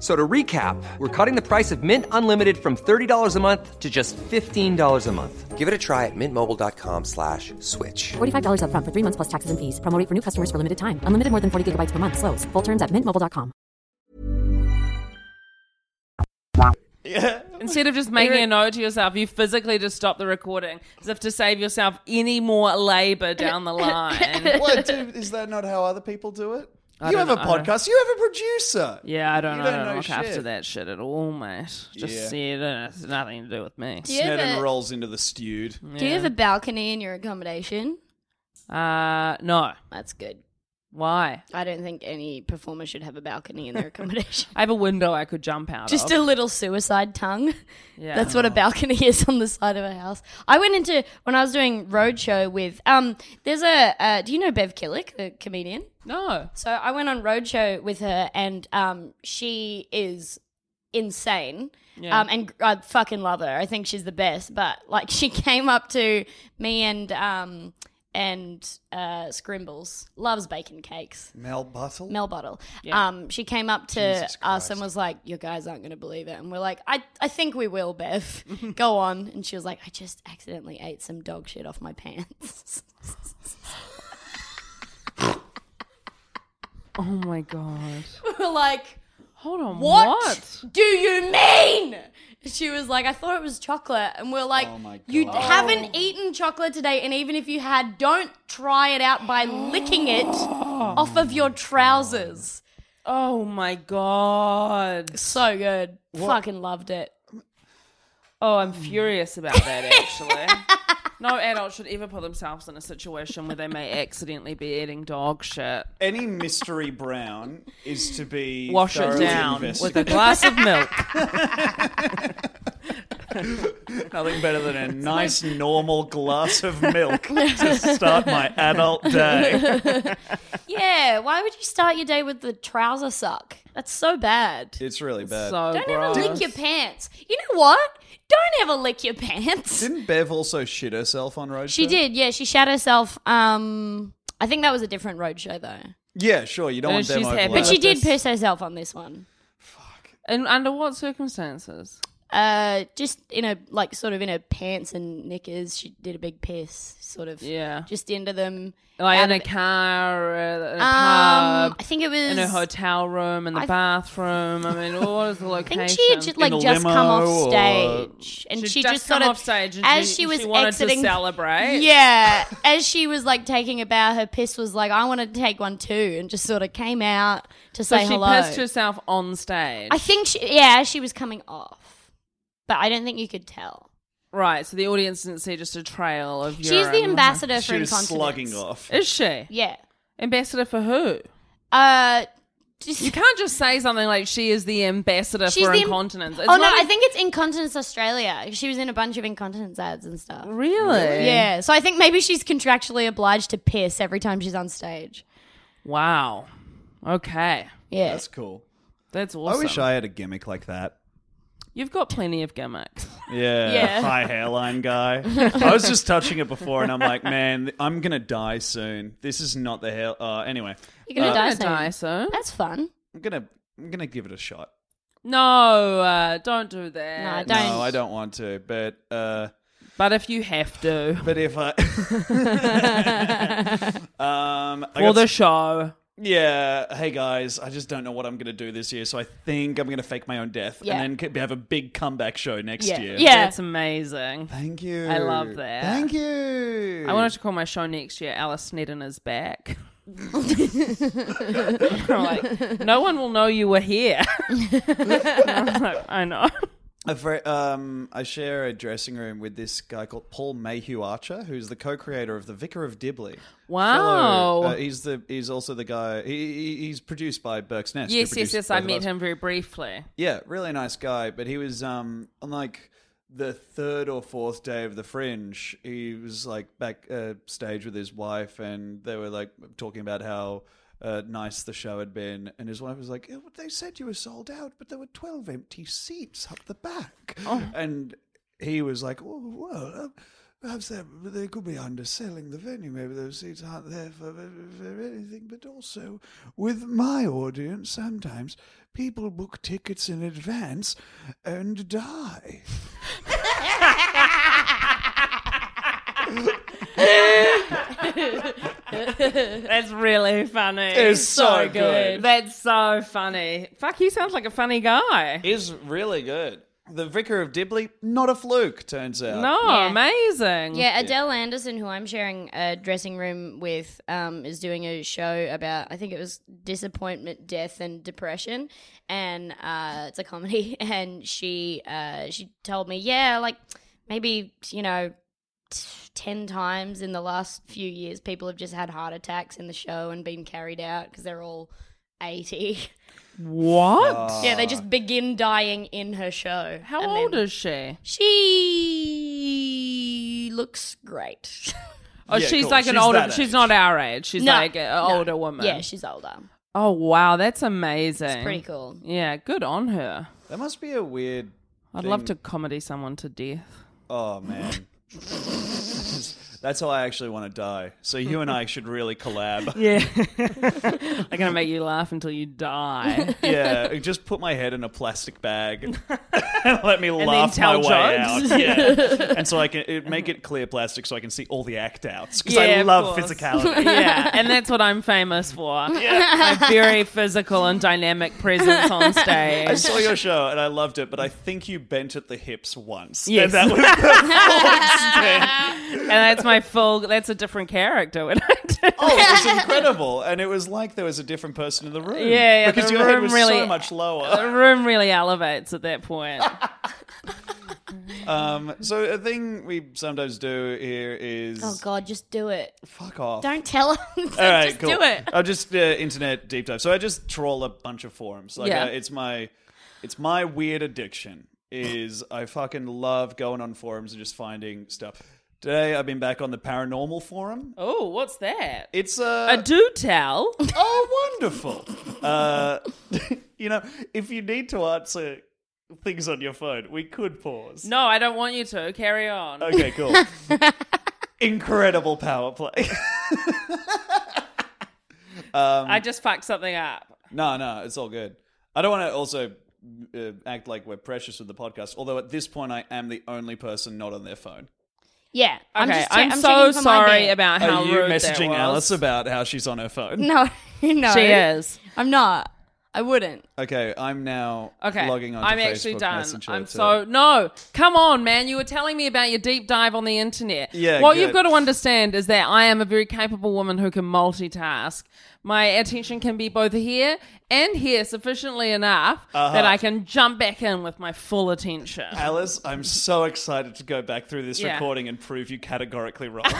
S9: So to recap, we're cutting the price of Mint Unlimited from $30 a month to just $15 a month. Give it a try at mintmobile.com slash switch.
S10: $45 upfront for three months plus taxes and fees. Promo rate for new customers for limited time. Unlimited more than 40 gigabytes per month. Slows. Full terms at mintmobile.com.
S3: Instead of just making a note to yourself, you physically just stop the recording as if to save yourself any more labor down the line.
S2: What, dude, is that not how other people do it?
S3: I
S2: you
S3: don't
S2: have a
S3: know, I don't-
S2: podcast. You have a producer.
S3: Yeah, I don't,
S2: You
S3: know. I
S2: don't
S3: don't
S2: know
S3: look after
S2: shit.
S3: that shit at all, mate. Just
S2: Yeah.
S3: see it, and it's nothing to do with me.
S6: Do you have Snedden a-
S2: rolls into the stewed.
S3: Mm.
S6: Do you have a balcony in your accommodation?
S3: Uh, no.
S6: That's good.
S3: Why?
S6: I don't think any performer should have a balcony in their accommodation.
S3: I have a window I could jump out
S6: Just a
S3: of.
S6: little suicide tongue.
S3: Yeah.
S6: That's what a balcony is on the side of a house. I went into when I was doing roadshow with um there's a uh, do you know Bev Killick, the comedian?
S3: No.
S6: So I went on roadshow with her and um she is insane.
S3: Yeah.
S6: Um and I fucking love her. I think she's the best, but like she came up to me and um and uh Scrimbles loves bacon cakes.
S2: Mel Buttle.
S6: Mel Bottle.
S2: Yeah.
S6: Um, she came up to
S2: Jesus
S6: us and was like, "Your guys aren't going to believe it," and we're like, "I, I think we will, Bev. Go on." And she was like, "I just accidentally ate some dog shit off my pants."
S3: Oh my god.
S6: we were like,
S3: "Hold on,
S6: what do you mean?" She was like, "I thought it was chocolate," and we're like, "You
S3: Oh God.
S6: haven't eaten chocolate today, and even if you had, don't try it out by licking it off of your trousers."
S3: Oh my god.
S6: So good.
S3: What-
S6: Fucking loved it.
S3: Oh, I'm
S6: Mm.
S3: furious about that actually. no adult should ever put themselves in a situation where they may accidentally be eating dog shit.
S2: Any mystery brown is to be
S3: Wash it
S2: thoroughly
S3: down with a
S2: investigated.
S3: glass of milk.
S2: Nothing better than a nice normal glass of milk to start my adult day.
S6: Yeah, why would you start your day with the trouser suck? That's so bad.
S2: It's really bad.
S6: Don't ever lick your pants. You know what? Don't ever lick your pants.
S2: Didn't Bev also shit herself on road?
S6: She
S2: show?
S6: did, yeah. She shat herself. Um, I think that was a different roadshow though.
S2: Yeah, sure. You don't
S3: No,
S2: want them
S3: Uh, she's
S2: over.
S3: happy
S6: But she
S3: with
S6: did
S3: this.
S6: piss herself on this one.
S3: And under what circumstances?
S6: Uh, just in a like sort of in her pants and knickers. She did a big piss, sort of.
S3: Yeah.
S6: Just into them.
S3: Like
S6: out
S3: in a
S6: of-
S3: car, uh, in a
S6: Um,
S3: pub.
S6: I think it
S3: in a
S6: was-
S3: hotel room, in the
S6: I-
S3: bathroom. I mean, what is the location?
S6: think she had just like just come off stage, and
S3: She'd
S6: she
S3: just
S6: just, sort
S3: come
S6: of
S3: off stage and
S6: as
S3: she-
S6: she,
S3: she
S6: was
S3: wanted to
S6: exiting,
S3: celebrate.
S6: Yeah, as she was like taking a bow, her piss was like, "I want to take one too," and just sort of came out to
S3: So
S6: say
S3: she
S6: hello.
S3: pissed herself on stage.
S6: I think she, yeah, she was coming off, but I don't think you could tell.
S3: Right, so the audience didn't see just a trail of.
S6: She's
S3: urine.
S6: the ambassador for
S2: She was
S6: incontinence.
S2: slugging off.
S3: Is she?
S6: Yeah.
S3: Ambassador for who?
S6: Uh,
S3: you can't just say something like she is the ambassador
S6: She's
S3: for
S6: the-
S3: incontinence. It's
S6: oh no,
S3: not
S6: I
S3: a-
S6: think it's Incontinence Australia. She was in a bunch of incontinence ads and stuff.
S3: Really?
S6: Yeah. So I think maybe she's contractually obliged to piss every time she's on stage.
S3: Wow. Okay.
S6: Yeah.
S2: That's cool.
S3: That's awesome.
S2: I wish I had a gimmick like that.
S3: You've got plenty of gimmicks.
S2: Yeah,
S3: Yeah.
S2: high hairline guy. I was just touching it before, and I'm like, man, I'm gonna die soon. This is not the hell. Uh, anyway,
S6: You're gonna
S2: Uh,
S6: die soon.
S3: soon.
S6: That's fun.
S2: I'm gonna, I'm gonna give it a shot.
S3: No, uh, don't do that.
S2: No, I don't want to. But uh,
S3: but if you have to,
S2: but if I, um, I
S3: For
S2: got
S3: the
S2: s-
S3: show.
S2: Yeah, hey guys, I just don't know what I'm gonna do this year, so I think I'm gonna fake my own death
S3: Yeah.
S2: and then c- have a big comeback show next year.
S3: That's amazing.
S2: Thank you.
S3: I love that.
S2: Thank you.
S3: I wanted to call my show next year Alice Sneddon is Back. like, no one will know you were here. I was like, I know.
S2: A very, um, I share a dressing room with this guy called Paul Mayhew Archer, who's the co-creator of The Vicar of Dibley.
S3: Wow.
S2: uh, he's the he's also the guy. He, he- he's produced by Burke's Nest. who
S3: Yes, yes,
S2: produced
S3: yes. I
S2: both of
S3: met
S2: us.
S3: him very briefly.
S2: Yeah, really nice guy, but he was um on like the third or fourth day of the fringe, he was like back uh, stage with his wife, and they were like talking about how uh, nice the show had been, and his wife was like, "Eh, "They said you were sold out, but there were twelve empty seats up the back," and he was like, "Oh, well." uh, Perhaps they they could be underselling the venue. Maybe those seats aren't there for, for anything. But also, with my audience, sometimes people book tickets in advance and die.
S3: That's really funny.
S2: It's so good.
S3: That's so funny. Fuck, he sounds like a funny guy.
S2: Is really good. The Vicar of Dibley, not a fluke, turns out.
S3: No, Oh, amazing.
S6: Yeah, Adele Anderson, who I'm sharing a dressing room with, um, is doing a show about I think it was disappointment, death, and depression, and uh, it's a comedy. And she uh, she told me, yeah, like maybe you know. t- 10 times in the last few years people have just had heart attacks in the show and been carried out because they're all 80
S3: What?
S6: yeah they just begin dying in her show
S3: Oh. How old is she?
S6: she looks great
S3: Oh,
S6: Yeah,
S3: she's
S6: cool.
S3: like an
S6: She's
S3: older.
S6: that
S3: She's
S6: age.
S3: not our age. She's
S6: No,
S3: like an
S6: no.
S3: older woman.
S6: Yeah, she's older.
S3: Oh wow, that's amazing.
S6: It's pretty cool.
S3: Yeah, good on her.
S2: That must be a weird.
S3: I'd love to
S2: thing.
S3: comedy someone to death.
S2: Oh, man. That's how I actually want to die. So you and I should really collab.
S3: Yeah, I'm gonna make you laugh until you die.
S2: yeah, just put my head in a plastic bag and let me laugh
S3: tell
S2: my way
S3: jokes.
S2: out. Yeah. and so I can it, make it clear plastic so I can see all the act outs because
S3: Yeah,
S2: I
S3: of
S2: love
S3: course.
S2: physicality.
S3: yeah, and that's what I'm famous for. My very physical and dynamic presence on stage.
S2: I saw your show and I loved it, but I think you bent at the hips once. And
S3: Yes.
S2: that was
S3: and that's my full. That's a different character. When I do.
S2: oh, it was incredible, and it was like there was a different person in the room.
S3: Yeah, yeah,
S2: because
S3: the
S2: your head
S3: room
S2: was
S3: really-
S2: so much
S3: the
S2: lower.
S3: room really elevates at that point.
S2: Um, so a thing we sometimes do here is
S6: Oh god, just do it.
S2: fuck off.
S6: Don't tell us.
S2: All right,
S6: just
S2: cool.
S6: do it.
S2: I'll just uh, internet deep dive. So I just troll a bunch of forums. Like
S6: Yeah.
S2: uh, it's my it's my weird addiction is I fucking love going on forums and just finding stuff. Today I've been back on the paranormal forum.
S3: Oh, what's that?
S2: It's uh,
S3: I do tell.
S2: Oh, wonderful. Uh, you know, if you need to answer things on your phone, we could pause.
S3: No, I don't want you to. Carry on.
S2: Okay, cool. Incredible power play. um,
S3: I just fucked something up.
S2: No, no, it's all good. I don't want to also uh, act like we're precious with the podcast, although at this point I am the only person not on their phone.
S6: Yeah. I'm,
S3: Okay,
S6: just
S3: I'm
S6: I'm
S3: so
S6: checking for my
S3: sorry
S6: bed.
S3: about how
S2: Are you
S3: rude that
S2: messaging
S3: was.
S2: Alice about how she's on her phone?
S6: No, no.
S3: She is.
S6: I'm not. I wouldn't.
S2: Okay, I'm now
S3: Okay,
S2: logging on
S3: I'm
S2: to
S3: actually
S2: Facebook
S3: done.
S2: Messenger
S3: I'm
S2: to-
S3: so no. Come on, man. You were telling me about your deep dive on the internet.
S2: Yeah,
S3: What
S2: good.
S3: you've got to understand is that I am a very capable woman who can multitask. My attention can be both here and here sufficiently enough
S2: Uh-huh.
S3: that I can jump back in with my full attention.
S2: Alice, I'm so excited to go back through this
S3: Yeah.
S2: recording and prove you categorically wrong.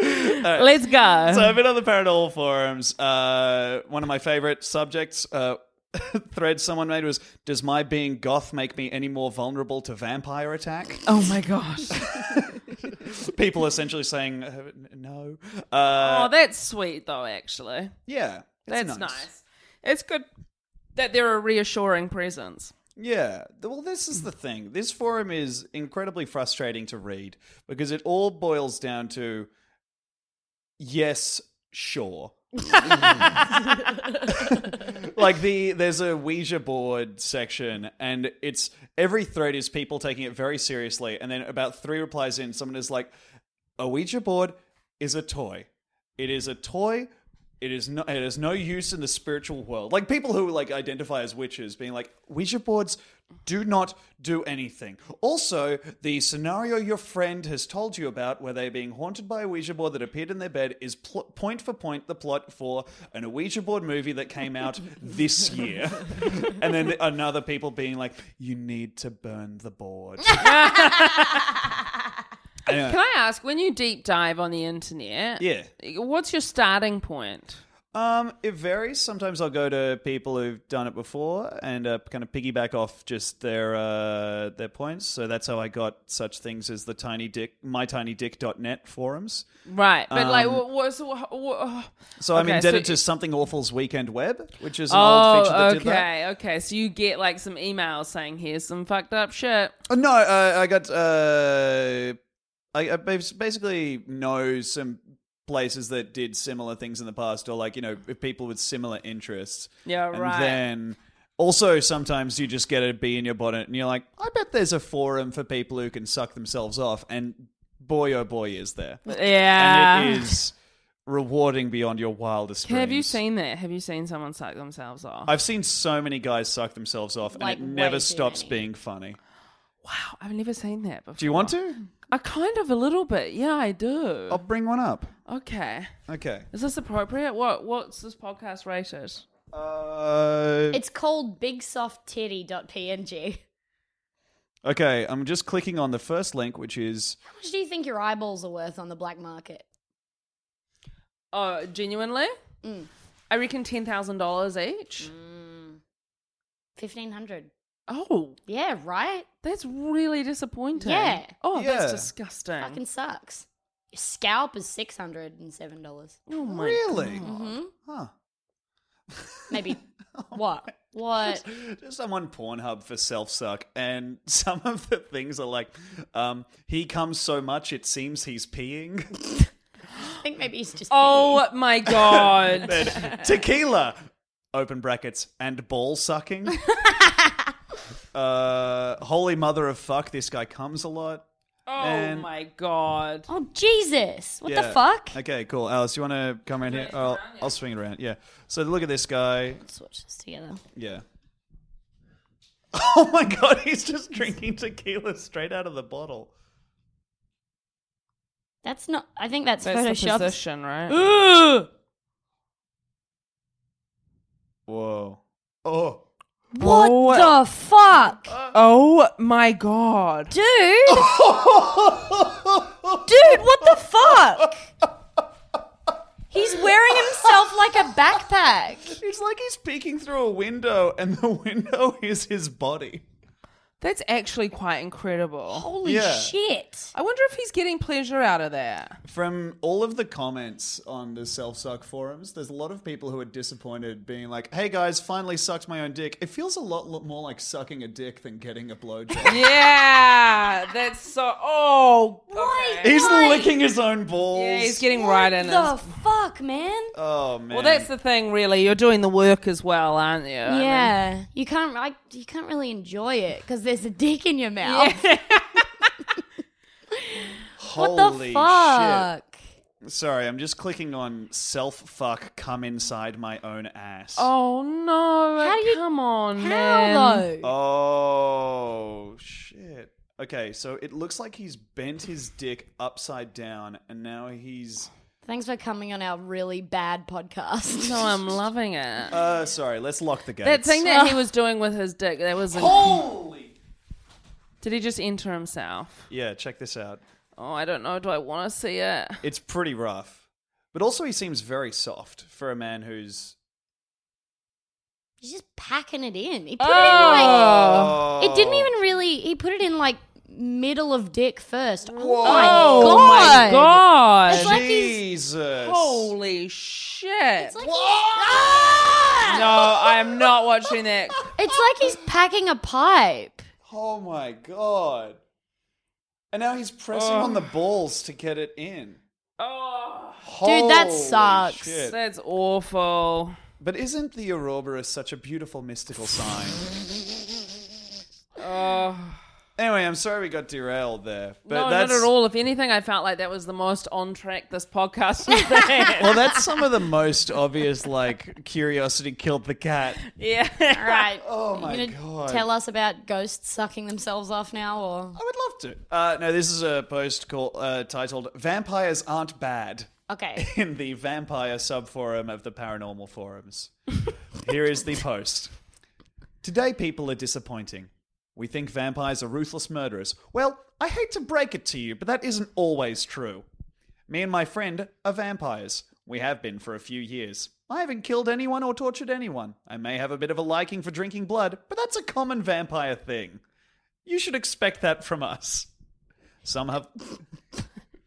S3: Let's go.
S2: Uh, So I've been on the paranormal forums. Uh, one of my favorite subjects, uh, thread someone made was, "Does my being goth make me any more vulnerable to vampire attack?"
S3: oh my gosh.
S2: uh, People essentially saying, uh, n- "No."
S3: oh,
S2: Uh,
S3: that's sweet though. Actually,
S2: yeah, it's
S3: that's nice. It's good that they're a reassuring presence.
S2: Yeah. Th- Well, this is the thing. This forum is incredibly frustrating to read because it all boils down to yes, sure. like the there's a Ouija board section and it's every thread is people taking it very seriously and then about 3 replies in someone is like a Ouija board is a toy. It is a toy it is no it is no use in the spiritual world. Like people who like identify as witches being like Ouija boards do not do anything. Also, the scenario your friend has told you about where they're being haunted by a Ouija board that appeared in their bed is pl- point for point the plot for an Ouija board movie that came out this year. and then another people being like you need to burn the board. Anyway.
S3: Can I ask, when you deep dive on the internet,
S2: Yeah.
S3: what's your starting point?
S2: Um, it varies. Sometimes I'll go to people who've done it before and uh, kind of piggyback off just their uh, their points. So that's how I got such things as the tiny dick, mytinydick.net forums.
S3: Right, but like,
S2: Um,
S3: what, what's what, what,
S2: so I'm
S3: okay,
S2: indebted
S3: so
S2: to something awful's weekend web, which is an
S3: Oh,
S2: old feature that
S3: okay,
S2: did that.
S3: okay. So you get like some emails saying, "Here's some fucked up shit."
S2: Oh, no, uh, I got. Uh, I, I bas- basically know some places that did similar things in the past, or like you know, if people with similar interests.
S3: Yeah,
S2: and
S3: right.
S2: Then also sometimes you just get a bee in your bonnet, and you're like, I bet there's a forum for people who can suck themselves off, and boy oh boy is there.
S3: Yeah.
S2: and it is rewarding beyond your wildest
S3: Uh, Have you
S2: dreams.
S3: seen that? Have you seen someone suck themselves off?
S2: I've seen so many guys suck themselves off,
S3: Like,
S2: and it
S3: way
S2: never
S3: too
S2: stops being funny.
S3: Wow, I've never seen that before.
S2: Do you want to? Oh.
S3: I kind of a little bit. Yeah, I do. I'll
S2: bring one up.
S3: Okay.
S2: Okay.
S3: Is this appropriate? What What's this podcast rated?
S2: Uh,
S6: It's called bigsofttitty.png.
S2: Okay, I'm just clicking on the first link, which is
S6: How much do you think your eyeballs are worth on the black market?
S3: Oh, genuinely? Mm. I reckon ten thousand dollars each.
S6: Fifteen hundred.
S3: Oh,
S6: yeah, right.
S3: That's really disappointing.
S6: Yeah.
S3: Oh, that's disgusting.
S6: Fucking sucks. Your scalp is six hundred and seven dollars.
S3: Oh my Mm-hmm.
S2: Really? God.
S6: hmm
S2: Huh.
S6: Maybe. what? What?
S2: just I'm on Pornhub for self suck, and some of the things are like, um, he comes so much it seems he's peeing.
S6: I think maybe he's just.
S3: Oh my god.
S2: Then tequila, open brackets, and ball sucking. uh, holy mother of fuck, this guy comes a lot.
S3: Oh
S2: And-
S3: my god.
S6: Oh Jesus! What
S2: Yeah.
S6: the fuck?
S2: Okay, cool. Alice, you want to come around here? I'll, I'll swing it around. Yeah. So look at this guy.
S6: Let's watch this together.
S2: Yeah. Oh my god, he's just drinking tequila straight out of the bottle.
S6: That's not. I think that's,
S3: That's the
S6: Photoshop.
S3: position, right?
S6: Ugh!
S2: Whoa. Oh.
S6: What
S3: Oh.
S6: the fuck,
S3: Oh my god.
S6: dude? dude, what the fuck? He's wearing himself like a backpack.
S2: It's like he's peeking through a window and the window is his body.
S3: That's actually quite incredible. Holy
S2: Yeah.
S6: shit.
S3: I wonder if he's getting pleasure out of that.
S2: From all of the comments on the self suck forums, there's a lot of people who are disappointed, being like, hey guys, finally sucked my own dick. It feels a lot lo- more like sucking a dick than getting a blowjob.
S3: yeah. That's so oh okay.
S2: He's licking his own balls.
S3: Yeah, he's getting right in
S6: The
S3: his
S6: fuck, man?
S2: Oh man.
S3: Well, that's the thing, really. You're doing the work as well, aren't you? I mean-
S6: yeah, you can't. I, you can't really enjoy it because there's a dick in your mouth.
S2: Holy
S6: what the fuck?
S2: shit. Sorry, I'm just clicking on self fuck come inside my own ass.
S3: Oh no!
S6: How do you-
S3: come on,
S6: how
S3: man.
S6: though?
S2: Oh shit. Okay, so it looks like he's bent his dick upside down and now he's
S6: Thanks for coming on our really bad podcast.
S3: No, I'm loving it.
S2: uh sorry, let's lock the gates.
S3: that thing that he was doing with his dick, that was.
S2: Holy!
S3: Did he just enter himself?
S2: Yeah, check this out.
S3: Oh, I don't know. Do I want to see it?
S2: It's pretty rough. But also he seems very soft for a man who's
S6: He's just packing it in. He put
S2: Oh.
S6: Uh, it in like it didn't even really. He put it in like middle of dick first.
S2: Whoa.
S6: Oh my
S3: Oh my
S6: god!
S3: god!
S6: It's like he's.
S2: Jesus.
S3: Holy shit!
S6: It's like, uh,
S3: no, I am not watching that.
S6: it's like he's packing a pipe.
S2: Oh my god. And now he's pressing
S3: Oh.
S2: on the balls to get it in.
S3: Oh,
S6: Dude, that
S2: Holy
S6: sucks.
S2: shit.
S3: that's awful.
S2: But isn't the Aurora such a beautiful mystical sign?
S3: Oh,
S2: Anyway, I'm sorry we got derailed there. But
S3: no,
S2: that's,
S3: not at all. If anything, I felt like that was the most on track this podcast has been.
S2: Well, that's some of the most obvious, like, curiosity killed the cat.
S3: Yeah.
S6: All right. Oh
S2: my
S6: you
S2: God.
S6: Tell us about ghosts sucking themselves off now, or
S2: Uh, no, this is a post called uh, titled "Vampires Aren't Bad."
S6: Okay.
S2: In the vampire subforum of the paranormal forums, here is the post. Today, people are disappointing. We think vampires are ruthless murderers. Well, I hate to break it to you, but that isn't always true. Me and my friend are vampires. We have been for a few years. I haven't killed anyone or tortured anyone. I may have a bit of a liking for drinking blood, but that's a common vampire thing. You should expect that from us. Some have.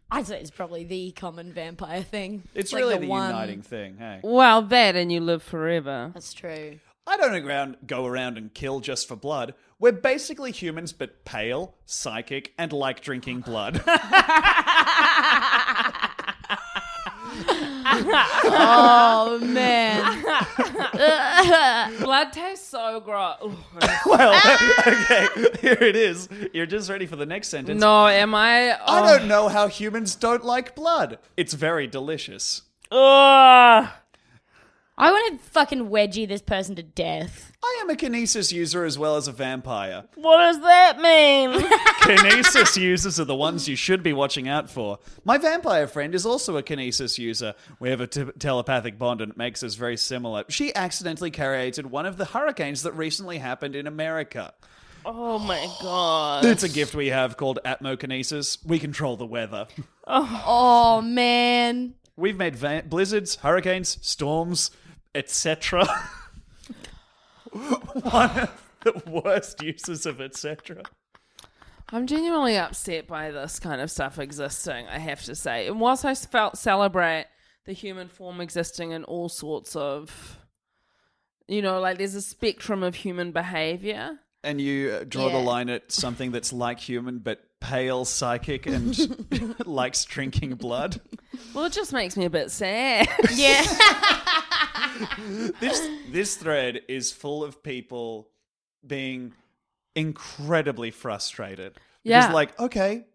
S6: I'd say it's probably the common vampire thing.
S2: It's
S6: Like
S2: really the,
S6: one-
S2: uniting thing. Hey,
S3: well, that and you live forever.
S6: That's true.
S2: I don't around, go around and kill just for blood. We're basically humans, but pale, psychic, and like drinking blood.
S6: oh man.
S3: Blood tastes so gross.
S2: well, okay, here it is. You're just ready for the next sentence.
S3: no, am I?
S2: I don't know how humans don't like blood. It's very delicious.
S3: Ugh.
S6: I want to fucking wedgie this person to death.
S2: I am a kinesis user as well as a vampire.
S3: What does that mean?
S2: kinesis users are the ones you should be watching out for. My vampire friend is also a kinesis user. We have a te- telepathic bond and it makes us very similar. She accidentally created one of the hurricanes that recently happened in America.
S3: oh my god.
S2: It's a gift we have called Atmokinesis. We control the weather.
S6: Oh, man.
S2: We've made va- blizzards, hurricanes, storms, etc. one of the worst uses of etc.
S3: I'm genuinely upset by this kind of stuff existing, I have to say. And whilst I felt celebrate the human form existing in all sorts of, you know, like there's a spectrum of human behavior.
S2: and you uh, draw the
S3: Yeah.
S2: line at something that's like human but pale psychic and likes drinking blood
S3: Well, it just makes me a bit sad.
S6: Yeah.
S2: this this thread is full of people being incredibly frustrated
S4: Yeah.
S2: because like okay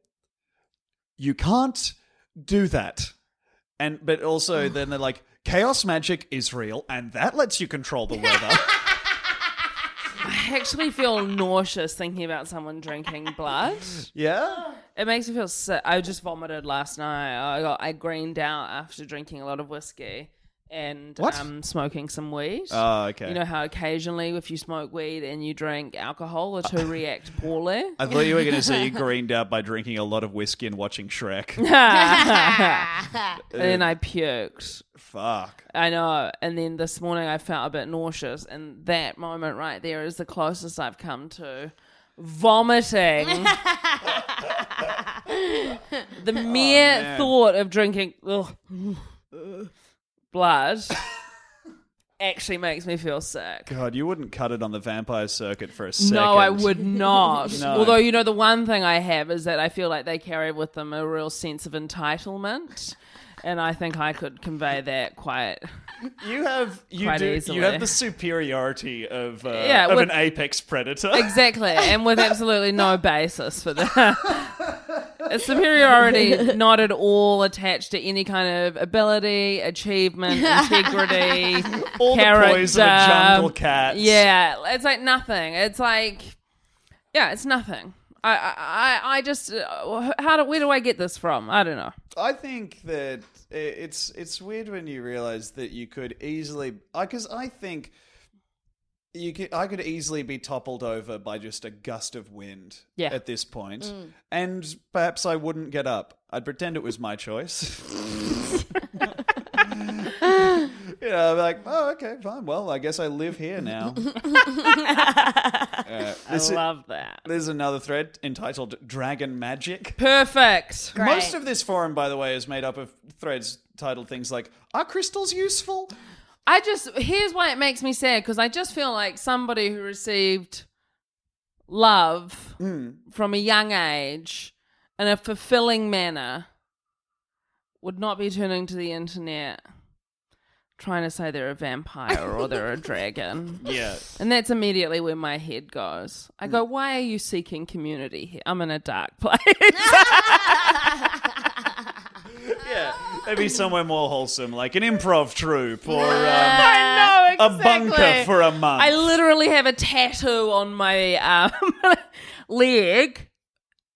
S2: you can't do that and but also then they're like chaos magic is real and that lets you control the weather
S3: I actually feel nauseous thinking about someone drinking blood.
S2: yeah
S3: It makes me feel sick. I just vomited last night. I got I greened out after drinking a lot of whiskey and
S2: What?
S3: um smoking some weed.
S2: Oh, okay.
S3: You know how occasionally if you smoke weed and you drink alcohol, the two react poorly.
S2: i thought you were going to say you greened out by drinking a lot of whiskey and watching shrek
S3: and then I puked.
S2: fuck
S3: I know. And then this morning I felt a bit nauseous, and that moment right there is the closest I've come to vomiting. the mere
S4: man.
S3: thought of drinking ugh, blood actually makes me feel sick.
S2: God, you wouldn't cut it on the vampire circuit for a second.
S3: No, I would not.
S2: No.
S3: Although you know, the one thing I have is that I feel like they carry with them a real sense of entitlement, and I think I could convey that quite.
S2: you have you
S3: quite
S2: do
S3: easily.
S2: you have the superiority of uh,
S3: Yeah,
S2: of an
S3: with-
S2: apex predator.
S3: Exactly, and with absolutely no basis for that. It's superiority not at all attached to any kind of ability, achievement, integrity,
S2: All
S3: character.
S2: the poison of jungle cats.
S3: Yeah, it's like nothing. It's like, yeah, it's nothing. I, I, I- I just, uh, how do, where do I get this from? I don't know.
S2: I think that i- it's it's weird when you realize that you could easily because I think you could I could easily be toppled over by just a gust of wind
S4: Yeah.
S2: at this point,
S4: Mm.
S2: and perhaps I wouldn't get up. I'd pretend it was my choice. you know, I'd be like, oh, okay, fine. Well, I guess I live here now. Uh, this i-
S3: love that.
S2: There's another thread entitled Dragon Magic.
S3: Perfect.
S2: Most of this forum, by the way, is made up of threads titled things like Are crystals useful?
S3: I just here's why it makes me sad because I just feel like somebody who received love
S2: Hmm.
S3: from a young age in a fulfilling manner would not be turning to the internet trying to say they're a vampire or they're a dragon.
S2: Yeah.
S3: And that's immediately where my head goes. I
S2: Hmm.
S3: go, why are you seeking community here? I'm in a dark place.
S2: Maybe somewhere more wholesome, like an improv troupe or um,
S3: I know,
S2: a bunker
S3: exactly.
S2: for a month.
S3: I literally have a tattoo on my um, leg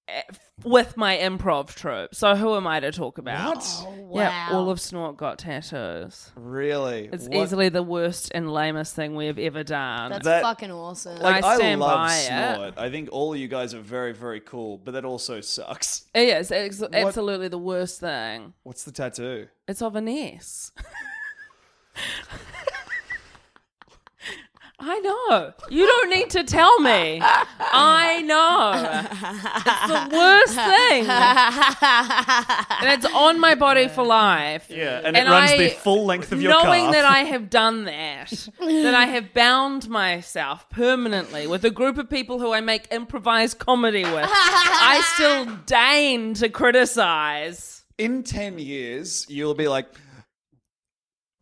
S3: eh, with my improv troupe. So who am I to talk about?
S2: What?
S3: Yeah,
S2: wow.
S3: all of Snort got tattoos.
S2: Really?
S3: It's
S2: What-
S3: easily the worst and lamest thing we have ever done.
S6: That's fucking awesome.
S2: Like
S3: I
S2: I,
S3: stand
S2: love
S3: by it.
S2: Snort. I think all of you guys are very, very cool, but that also sucks.
S3: It is ex- absolutely the worst thing.
S2: What's the tattoo?
S3: It's of an S. I know. You don't need to tell me. I know. It's the worst thing. And it's on my body for life.
S2: Yeah, and, it runs
S3: I-
S2: the full length of your
S3: knowing
S2: calf.
S3: that I have done that, that I have bound myself permanently with a group of people who I make improvised comedy with, I still deign to criticize.
S2: in 10 years you'll be like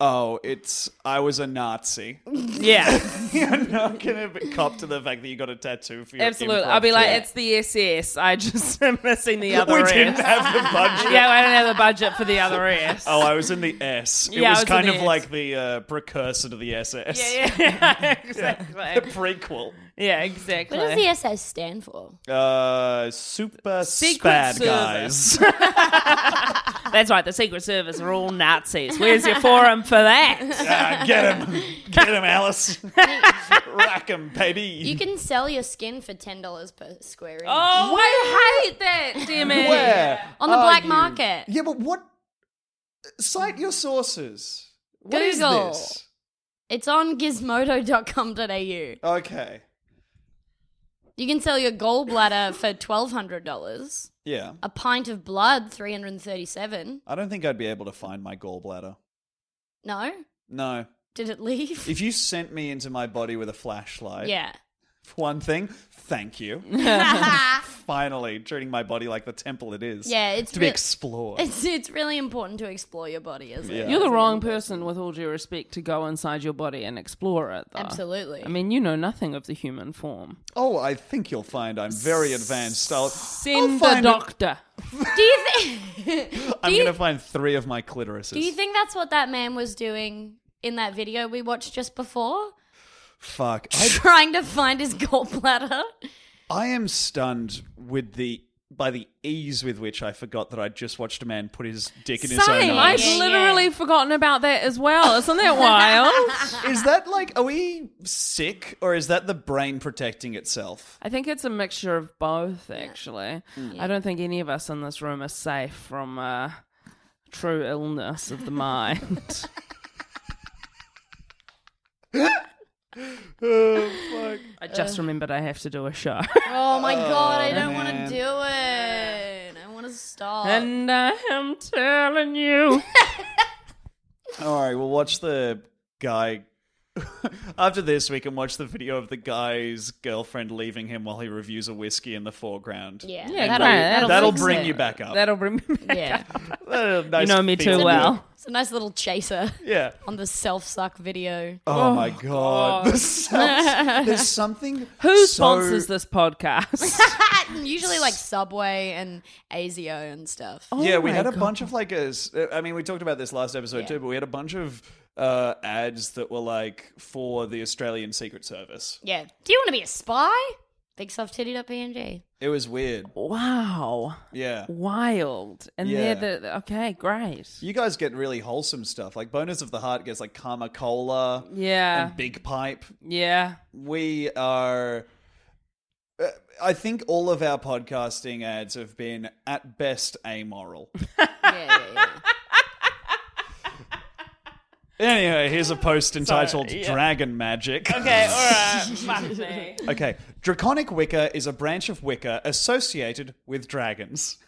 S2: oh it's i was a nazi
S3: Yeah.
S2: you're not gonna be cop to the fact that you got a tattoo for your
S3: Absolutely.
S2: improv
S3: I'll be like,
S2: troupe.
S3: it's the SS. I just am missing the other
S2: we
S3: S.
S2: didn't have the budget
S3: Yeah, I don't have the budget for the other S.
S2: oh i was in the s it
S3: Yeah, I
S2: was,
S3: was in
S2: kind
S3: the
S2: of
S3: S.
S2: like the uh, precursor to the ss
S3: Yeah, yeah, exactly.
S2: the prequel
S3: Yeah, exactly.
S6: What does the SS stand for?
S2: uh super
S3: Secret
S2: spad
S3: Service.
S2: guys
S3: That's right. The Secret Service are all Nazis. Where's your forum for that?
S2: Ah, get him get him alice rack him baby
S6: You can sell your skin for ten dollars per square inch.
S3: Oh, I hate that, damn it.
S2: Where
S6: On the
S2: are
S6: black
S2: you?
S6: market.
S2: Yeah, but what? Cite your sources. What is
S6: Google.
S2: this?
S6: It's on gizmodo.com.au.
S2: Okay.
S6: You can sell your gallbladder for twelve hundred dollars.
S2: Yeah.
S6: A pint of blood, three hundred and thirty-seven.
S2: I don't think I'd be able to find my gallbladder.
S6: No,
S2: No.
S6: did it leave?
S2: If you sent me into my body with a flashlight,
S6: yeah.
S2: for one thing, thank you. Finally, treating my body like the temple it is.
S6: Yeah, it's
S2: to
S6: real-
S2: be explored.
S6: It's it's really important to explore your body, isn't it?
S3: You're the wrong person, with all due respect, to go inside your body and explore it, though.
S6: Absolutely.
S3: I mean, you know nothing of the human form.
S2: Oh, I think you'll find I'm very advanced. I'll,
S3: Send
S2: I'll
S3: the
S2: find it-
S3: doctor.
S6: Do you think?
S2: I'm
S6: do you-
S2: going to find three of my clitorises.
S6: do you think that's what that man was doing in that video we watched just before?
S2: Fuck. I
S6: Trying to find his gallbladder.
S2: I am stunned with the by the ease with which I forgot that I just watched a man put his dick in his own
S3: Same. I've
S2: eyes.
S3: literally forgotten about that as well. Isn't that wild?
S2: Is that like are we sick or is that the brain protecting itself?
S3: I think it's a mixture of both, actually.
S2: Mm.
S3: I don't think any of us in this room are safe from uh, true illness of the mind.
S2: oh,
S3: I
S6: Uh.
S3: just remembered I have to do a show.
S6: Oh my god, I don't want
S3: man.
S6: to do it. I want to stop.
S3: and I am telling you.
S2: All right, we'll watch the guy. After this, we can watch the video of the guy's girlfriend leaving him while he reviews a whiskey in the foreground.
S6: Yeah,
S3: Yeah,
S6: that'll,
S3: great.
S6: that'll,
S2: That'll
S6: fix
S2: bring
S6: it.
S2: you back up.
S3: That'll bring me back.
S6: Yeah,
S2: That'll- nice
S3: know me
S2: feel
S3: too
S2: good.
S3: well.
S6: it's a nice little chaser.
S2: Yeah.
S6: on the self suck video.
S2: Oh, my god.
S3: God.
S2: The sounds- There's something
S3: Who
S2: so-
S3: sponsors this podcast?
S6: Usually like Subway and ASIO and stuff.
S2: yeah, we had a bunch of like a. s- I mean, we talked about this last episode too, but we had a bunch of uh, ads that were like for the Australian Secret Service.
S6: Yeah. Do you want to be a spy? Big soft titty.png.
S2: It was weird.
S3: Wow.
S2: Yeah.
S3: Wild. And they're the. Okay, great.
S2: You guys get really wholesome stuff. Like Bonus of the Heart gets like Karma Cola.
S3: Yeah.
S2: And Big Pipe.
S3: Yeah.
S2: We are. uh, I think all of our podcasting ads have been at best amoral. Anyway, here's a post entitled
S3: yeah.
S2: Dragon Magic.
S3: Okay, alright. Fuck me.
S2: Okay, draconic Wicca is a branch of Wicca associated with dragons.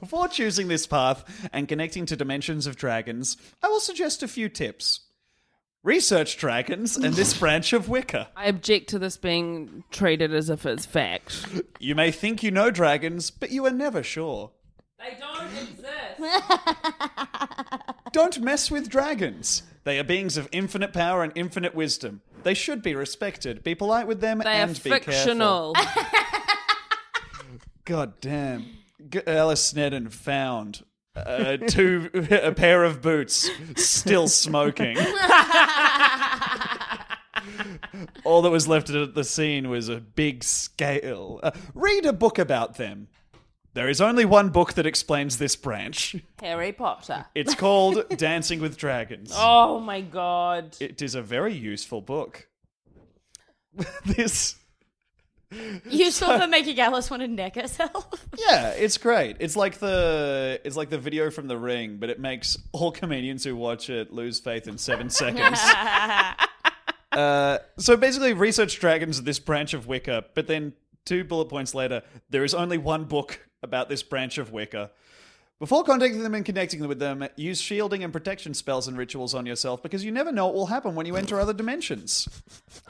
S2: Before choosing this path and connecting to dimensions of dragons, I will suggest a few tips. Research dragons and this branch of Wicca.
S3: I object to this being treated as if it's fact.
S2: You may think you know dragons, but you are never sure.
S3: They don't exist.
S2: Don't mess with dragons. They are beings of infinite power and infinite wisdom. They should be respected. Be polite with them
S3: They
S2: and
S3: are
S2: be careful.
S3: fictional.
S2: God damn. G- Alice Snedden found uh, two a pair of boots still smoking. All that was left at the scene was a big scale. Uh, read a book about them. There is only one book that explains this branch.
S3: Harry Potter.
S2: It's called Dancing with Dragons.
S3: Oh my god.
S2: It is a very useful book. this
S6: Useful for making Alice want to neck herself.
S2: Yeah, it's great. It's like the it's like the video from The Ring, but it makes all comedians who watch it lose faith in seven seconds. uh, so basically, research dragons are this branch of Wicca, but then two bullet points later, there is only one book about this branch of Wicca. Before contacting them and connecting with them, use shielding and protection spells and rituals on yourself because you never know what will happen when you enter other dimensions.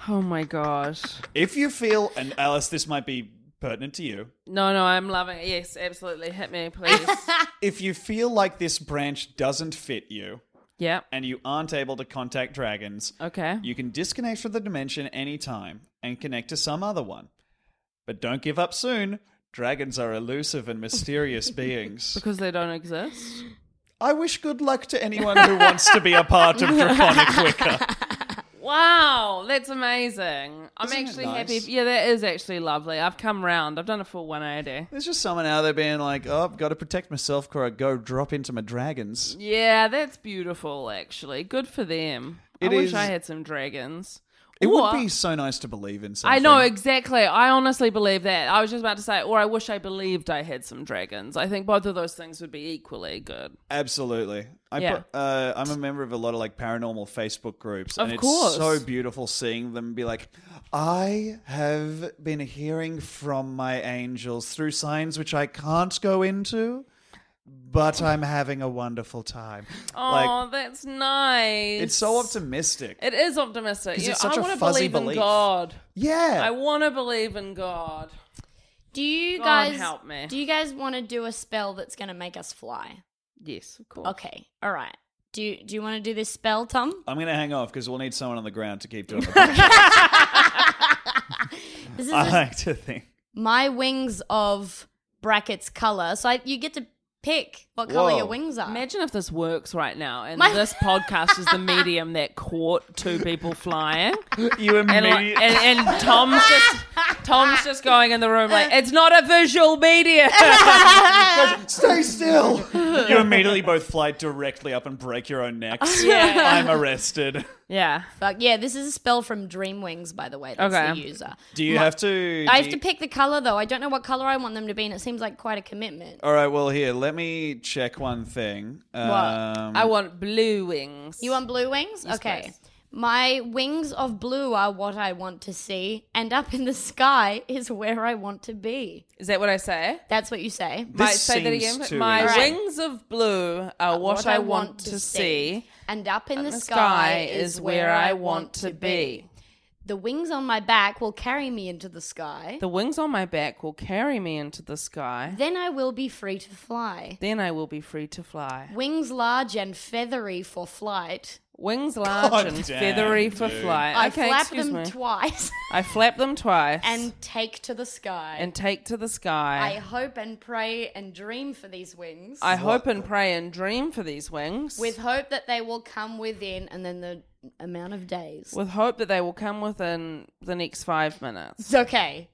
S3: Oh my gosh.
S2: If you feel, and Alice, this might be pertinent to you.
S3: No, no, I'm loving it. Yes, absolutely. Hit me, please.
S2: if you feel like this branch doesn't fit you
S3: Yep.
S2: and you aren't able to contact dragons,
S3: Okay.
S2: you can disconnect from the dimension anytime and connect to some other one. But don't give up soon. Dragons are elusive and mysterious beings.
S3: Because they don't exist.
S2: I wish good luck to anyone who wants to be a part of Draconic Wicca.
S3: Wow, that's amazing. I'm
S2: Isn't it
S3: actually
S2: nice?
S3: happy. Yeah, that is actually lovely. I've come round. I've done a full 180.
S2: There's just someone out there being like, oh, I've got to protect myself or I go drop into my dragons.
S3: Yeah, that's beautiful, actually. Good for them.
S2: It
S3: I wish
S2: is-
S3: I had some dragons.
S2: It would
S3: Or-
S2: be so nice to believe in something.
S3: I know exactly. I honestly believe that. I was just about to say, or I wish I believed I had some dragons. I think both of those things would be equally good.
S2: Absolutely. I
S3: Yeah.
S2: put, uh, I'm a member of a lot of like paranormal Facebook groups,
S3: Of
S2: and it's
S3: course.
S2: so beautiful seeing them be like, "I have been hearing from my angels through signs which I can't go into, but I'm having a wonderful time."
S3: Oh, that's nice.
S2: it's so optimistic.
S3: It is optimistic.
S2: 'Cause
S3: Yeah,
S2: it's such
S3: I
S2: a
S3: want to
S2: fuzzy
S3: believe
S2: belief.
S3: in God.
S2: Yeah.
S3: I want to believe in God.
S6: Do you
S3: God
S6: guys
S3: help me.
S6: Do you guys want to do a spell that's going to make us fly?
S3: Yes, of course.
S6: Okay. All right. Do you, do you want to do this spell, Tom?
S2: I'm gonna hang off because we'll need someone on the ground to keep doing. it.
S6: This is
S2: I
S6: a-
S2: like to think.
S6: my wings of brackets color. So I, you get to pick what color
S3: Whoa.
S6: your wings are.
S3: Imagine if this works right now and
S6: My-
S3: this podcast is the medium that caught two people flying.
S2: You
S3: And,
S2: immediately.
S3: like, and, and Tom's just Tom's just going in the room like it's not a visual media.
S2: Stay still! you immediately both fly directly up and break your own necks.
S6: Yeah.
S2: I'm arrested.
S3: yeah.
S6: Fuck yeah! This is a spell from Dreamwings, by the way. That's
S3: Okay.
S6: the user.
S2: Do you
S6: My-
S2: have to?
S6: I
S2: do
S6: have
S2: you-
S6: to pick the color though. I don't know what color I want them to be, and it seems like quite a commitment.
S2: All right, well, here, let me check one thing. Um,
S3: I want blue wings.
S6: You want blue wings? okay. My wings of blue are what I want to see, and up in the sky is where I want to be.
S3: Is that what I say?
S6: That's what you say.
S3: Might
S2: This
S3: say that
S2: seems
S3: again.
S2: too
S3: My
S2: easy.
S3: wings of blue are what, I, want, to see.
S6: And up in the,
S3: The
S6: sky, is where I want to
S3: be.
S6: The wings on my back will carry me into the sky.
S3: The wings on my back will carry me into the sky.
S6: Then I will be free to fly.
S3: Then I will be free to fly.
S6: Wings large and feathery for flight.
S3: Wings large
S2: God
S3: and
S2: damn,
S3: feathery for
S2: dude.
S3: flight.
S6: I
S3: okay,
S6: flap
S3: excuse
S6: them
S3: me.
S6: twice
S3: I flap them twice
S6: and take to the sky.
S3: and take to the
S6: I
S3: sky.
S6: hope and pray and dream for these wings.
S3: I, hope and pray and dream for these wings
S6: with hope that they will come within and then the amount of days.
S3: with hope that they will come within the next five minutes.
S6: It's okay.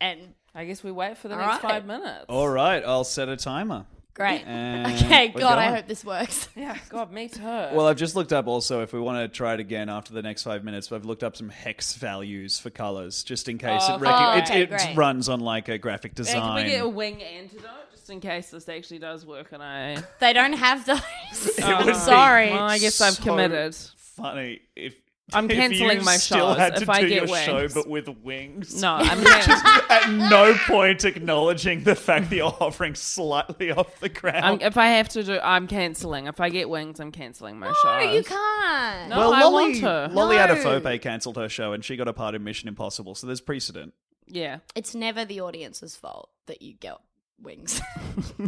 S6: And
S3: I guess we wait for the
S6: All
S3: next
S6: right.
S3: five minutes.
S2: All right, I'll set a timer.
S6: great.
S2: And
S6: okay,
S2: we're
S6: God, I
S2: going.
S6: hope this works.
S3: Yeah, God, me too.
S2: Well, I've just looked up also if we want to try it again after the next five minutes. But I've looked up some hex values for colors just in case
S3: Oh,
S2: it, rec-
S6: okay,
S2: it, it
S6: great.
S2: runs on like a graphic
S3: And can we
S2: design.
S3: get a wing antidote just in case this actually does work? And I,
S6: They don't have those.
S2: would
S6: I'm
S2: be-
S6: sorry.
S3: well, I guess I've
S2: So
S3: committed.
S2: Funny if
S3: I'm
S2: if
S3: cancelling
S2: you
S3: my
S2: still
S3: shows
S2: had to
S3: if I
S2: do
S3: get
S2: your show,
S3: wings.
S2: but with wings.
S3: No, I'm can-
S2: At no point acknowledging the fact that you're hovering slightly off the ground.
S3: I'm, if I have to do, I'm canceling. If I get wings, I'm canceling my show.
S6: No, you can't.
S3: No,
S2: Well,
S3: I
S2: Lolly,
S3: want to.
S2: Lolly
S6: No.
S2: Adafope cancelled her show and she got a part in Mission Impossible, so there's precedent.
S3: Yeah,
S6: It's never the audience's fault that you get wings. Can't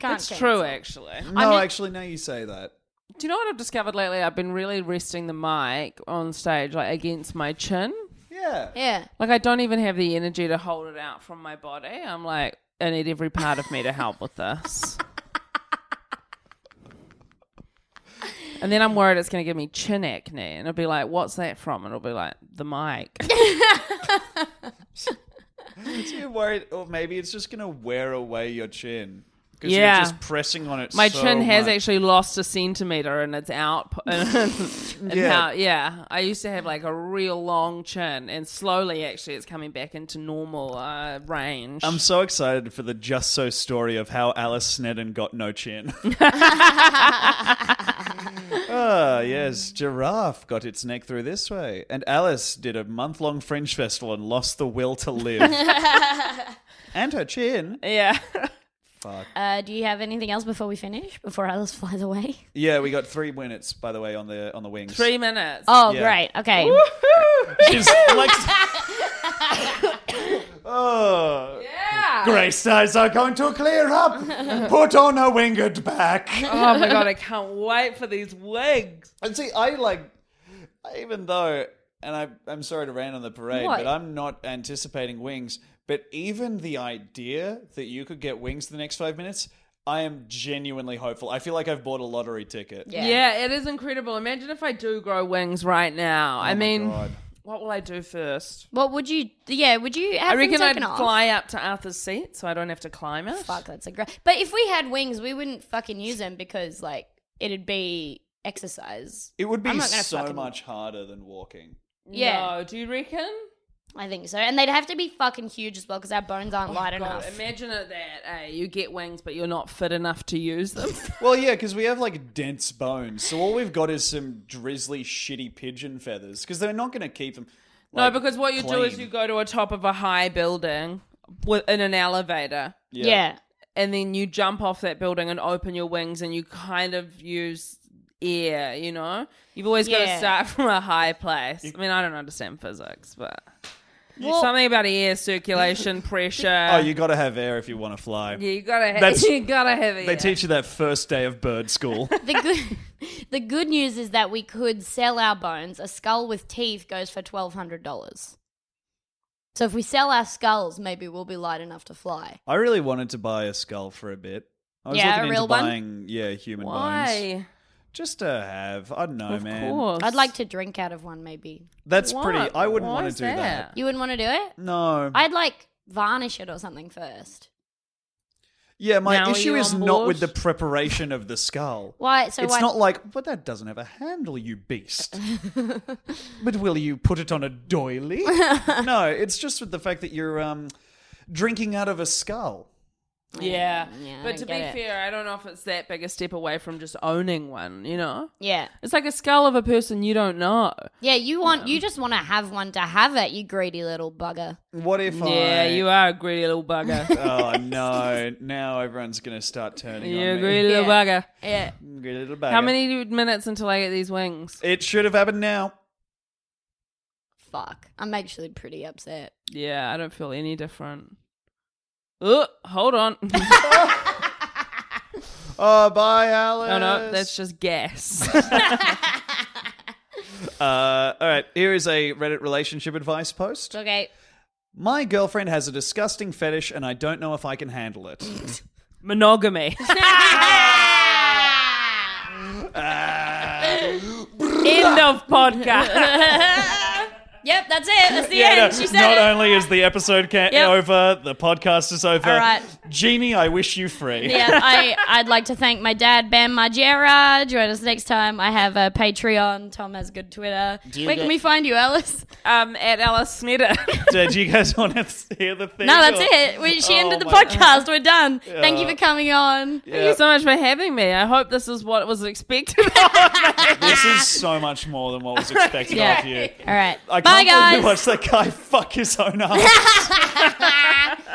S3: that's true.
S6: cancel.
S3: Actually,
S2: No, actually, now you say that.
S3: Do you know what I've discovered lately? I've been really resting the mic on stage, like against my chin.
S2: Yeah.
S6: Yeah.
S3: Like I don't even have the energy to hold it out from my body. I'm like, I need every part of me to help with this. And then I'm worried it's going to give me chin acne, and it'll be like, "What's that from?" And it'll be like, "The mic."
S2: So you're worried, or maybe it's just gonna wear away your chin because
S3: Yeah.
S2: you're just pressing on it.
S3: My
S2: so
S3: chin has
S2: much.
S3: actually lost a centimeter in its output. and
S2: Yeah.
S3: yeah. yeah, I used to have like a real long chin, and slowly actually it's coming back into normal uh, range.
S2: I'm so excited for the just so story of how Alice Sneddon got no chin. Ah, yes, giraffe got its neck through this way, and Alice did a month-long fringe festival and lost the will to live and her chin.
S3: Yeah.
S2: Fuck.
S6: Uh, do you have anything else before we finish? Before Alice flies away?
S2: Yeah, we got three minutes by the way on the on the wings.
S3: Three minutes.
S6: Oh,
S2: Yeah.
S6: great. Okay.
S2: She's like, oh,
S3: yeah.
S2: Grace eyes are going to clear up. Put on her winged back.
S3: oh my god, I can't wait for these wigs.
S2: And see, I like, even though, and I, I'm sorry to rant on the parade,
S3: What?
S2: but I'm not anticipating wings. But even the idea that you could get wings the next five minutes, I am genuinely hopeful. I feel like I've bought a lottery ticket.
S3: Yeah. it is incredible. Imagine if I do grow wings right now. I
S2: Oh my
S3: mean,
S2: God.
S3: what will I do first?
S6: What would you? Yeah, would you? Have
S3: I reckon
S6: them
S3: I'd
S6: taken off?
S3: fly up to Arthur's seat so I don't have to climb it. Fuck,
S6: that's a great. But if we had wings, we wouldn't fucking use them because like it'd be exercise.
S2: It would be
S6: I'm not gonna
S2: so
S6: fucking-
S2: much harder than walking.
S6: Yeah.
S3: No, do you reckon?
S6: I think so, and they'd have to be fucking huge as well because our bones aren't light
S3: Oh God,
S6: enough.
S3: imagine it that eh? you get wings, but you're not fit enough to use them.
S2: Well, yeah, because we have like dense bones, so all we've got is some drizzly, shitty pigeon feathers. Because they're not going to keep them.
S3: no, because what you do is you go to a top of a high building with, in an elevator.
S2: Yeah. Yeah.
S3: And then you jump off that building and open your wings and you kind of use air, you know? You've always got to
S6: Yeah.
S3: start from a high place. I mean, I don't understand physics, but
S6: Well-
S3: something about air circulation, pressure.
S2: Oh, you got to have air if you want to fly.
S3: Yeah, you gotta have.
S2: That's-
S3: you gotta have it.
S2: They teach you that first day of bird school.
S6: the good, the good news is that we could sell our bones. A skull with teeth goes for twelve hundred dollars. So if we sell our skulls, maybe we'll be light enough to fly.
S2: I really wanted to buy a skull for a bit. I was
S6: Yeah, a
S2: looking
S6: real
S2: into
S6: one?
S2: buying, yeah, human bones.
S3: Why?
S2: Just to have. I don't know,
S3: Of
S2: man.
S3: course.
S6: I'd like to drink out of one, maybe.
S2: That's
S3: What?
S2: pretty. I wouldn't
S3: Why
S2: want
S3: is
S2: to do that.
S3: that?
S6: You wouldn't want to do it.
S2: No.
S6: I'd like varnish it or something first.
S2: yeah, my
S3: Now are
S2: issue
S3: you
S2: is
S3: on
S2: not
S3: board?
S2: with the preparation of the skull.
S6: Why- so
S2: it's
S6: why-
S2: not like, but that doesn't have a handle, you beast. but will you put it on a doily? no, it's just with the fact that you're um, drinking out of a skull.
S3: Yeah,
S6: yeah, I
S3: but
S6: don't
S3: to be
S6: get it.
S3: fair, I don't know if it's that big a step away from just owning one. You know,
S6: Yeah.
S3: it's like a skull of a person you don't know.
S6: Yeah, you want you just want to have one to have it, you greedy little bugger.
S2: What if I?
S3: Yeah, you are a greedy little bugger.
S2: Oh no! Now everyone's gonna start turning on
S3: You're a
S2: me.
S3: greedy little bugger.
S6: Yeah.
S2: Great little bugger.
S3: How many minutes until I get these wings?
S2: It should have happened now.
S6: Fuck. I'm actually pretty upset.
S3: Yeah, I don't feel any different. Oh, hold on. no,
S2: Oh, bye, Alice.
S3: no, that's just gas.
S2: Uh, all right. Here is a Reddit relationship advice post.
S6: Okay.
S2: My girlfriend has a disgusting fetish, and I don't know if I can handle it.
S3: Monogamy. End of podcast.
S6: Yep, that's it. That's the
S2: Yeah,
S6: end.
S2: no,
S6: she said
S2: not
S6: it.
S2: only is the episode ca-
S6: Yep.
S2: over, the podcast is over.
S6: All right.
S2: Jeannie, I wish you free.
S6: yeah, I, I'd like to thank my dad, Bam Margera. Join us next time. I have a Patreon. Tom has good Twitter.
S2: you
S6: Where
S2: get-
S6: can we find you, Alice?
S3: um, at Alice Sneddon.
S2: Do, do you guys want to hear the thing?
S6: No, that's
S2: or-
S6: it. We, she
S2: Oh
S6: ended the
S2: my-
S6: podcast. We're done. Thank you
S2: Yeah.
S6: for coming on.
S3: Thank you so much for having me. I hope this is what was expected.
S2: This is so much more than what was expected
S3: Yeah.
S2: of you.
S6: All right.
S2: I
S6: Bye,
S2: can't believe
S6: guys.
S2: you watched that guy fuck his own ass.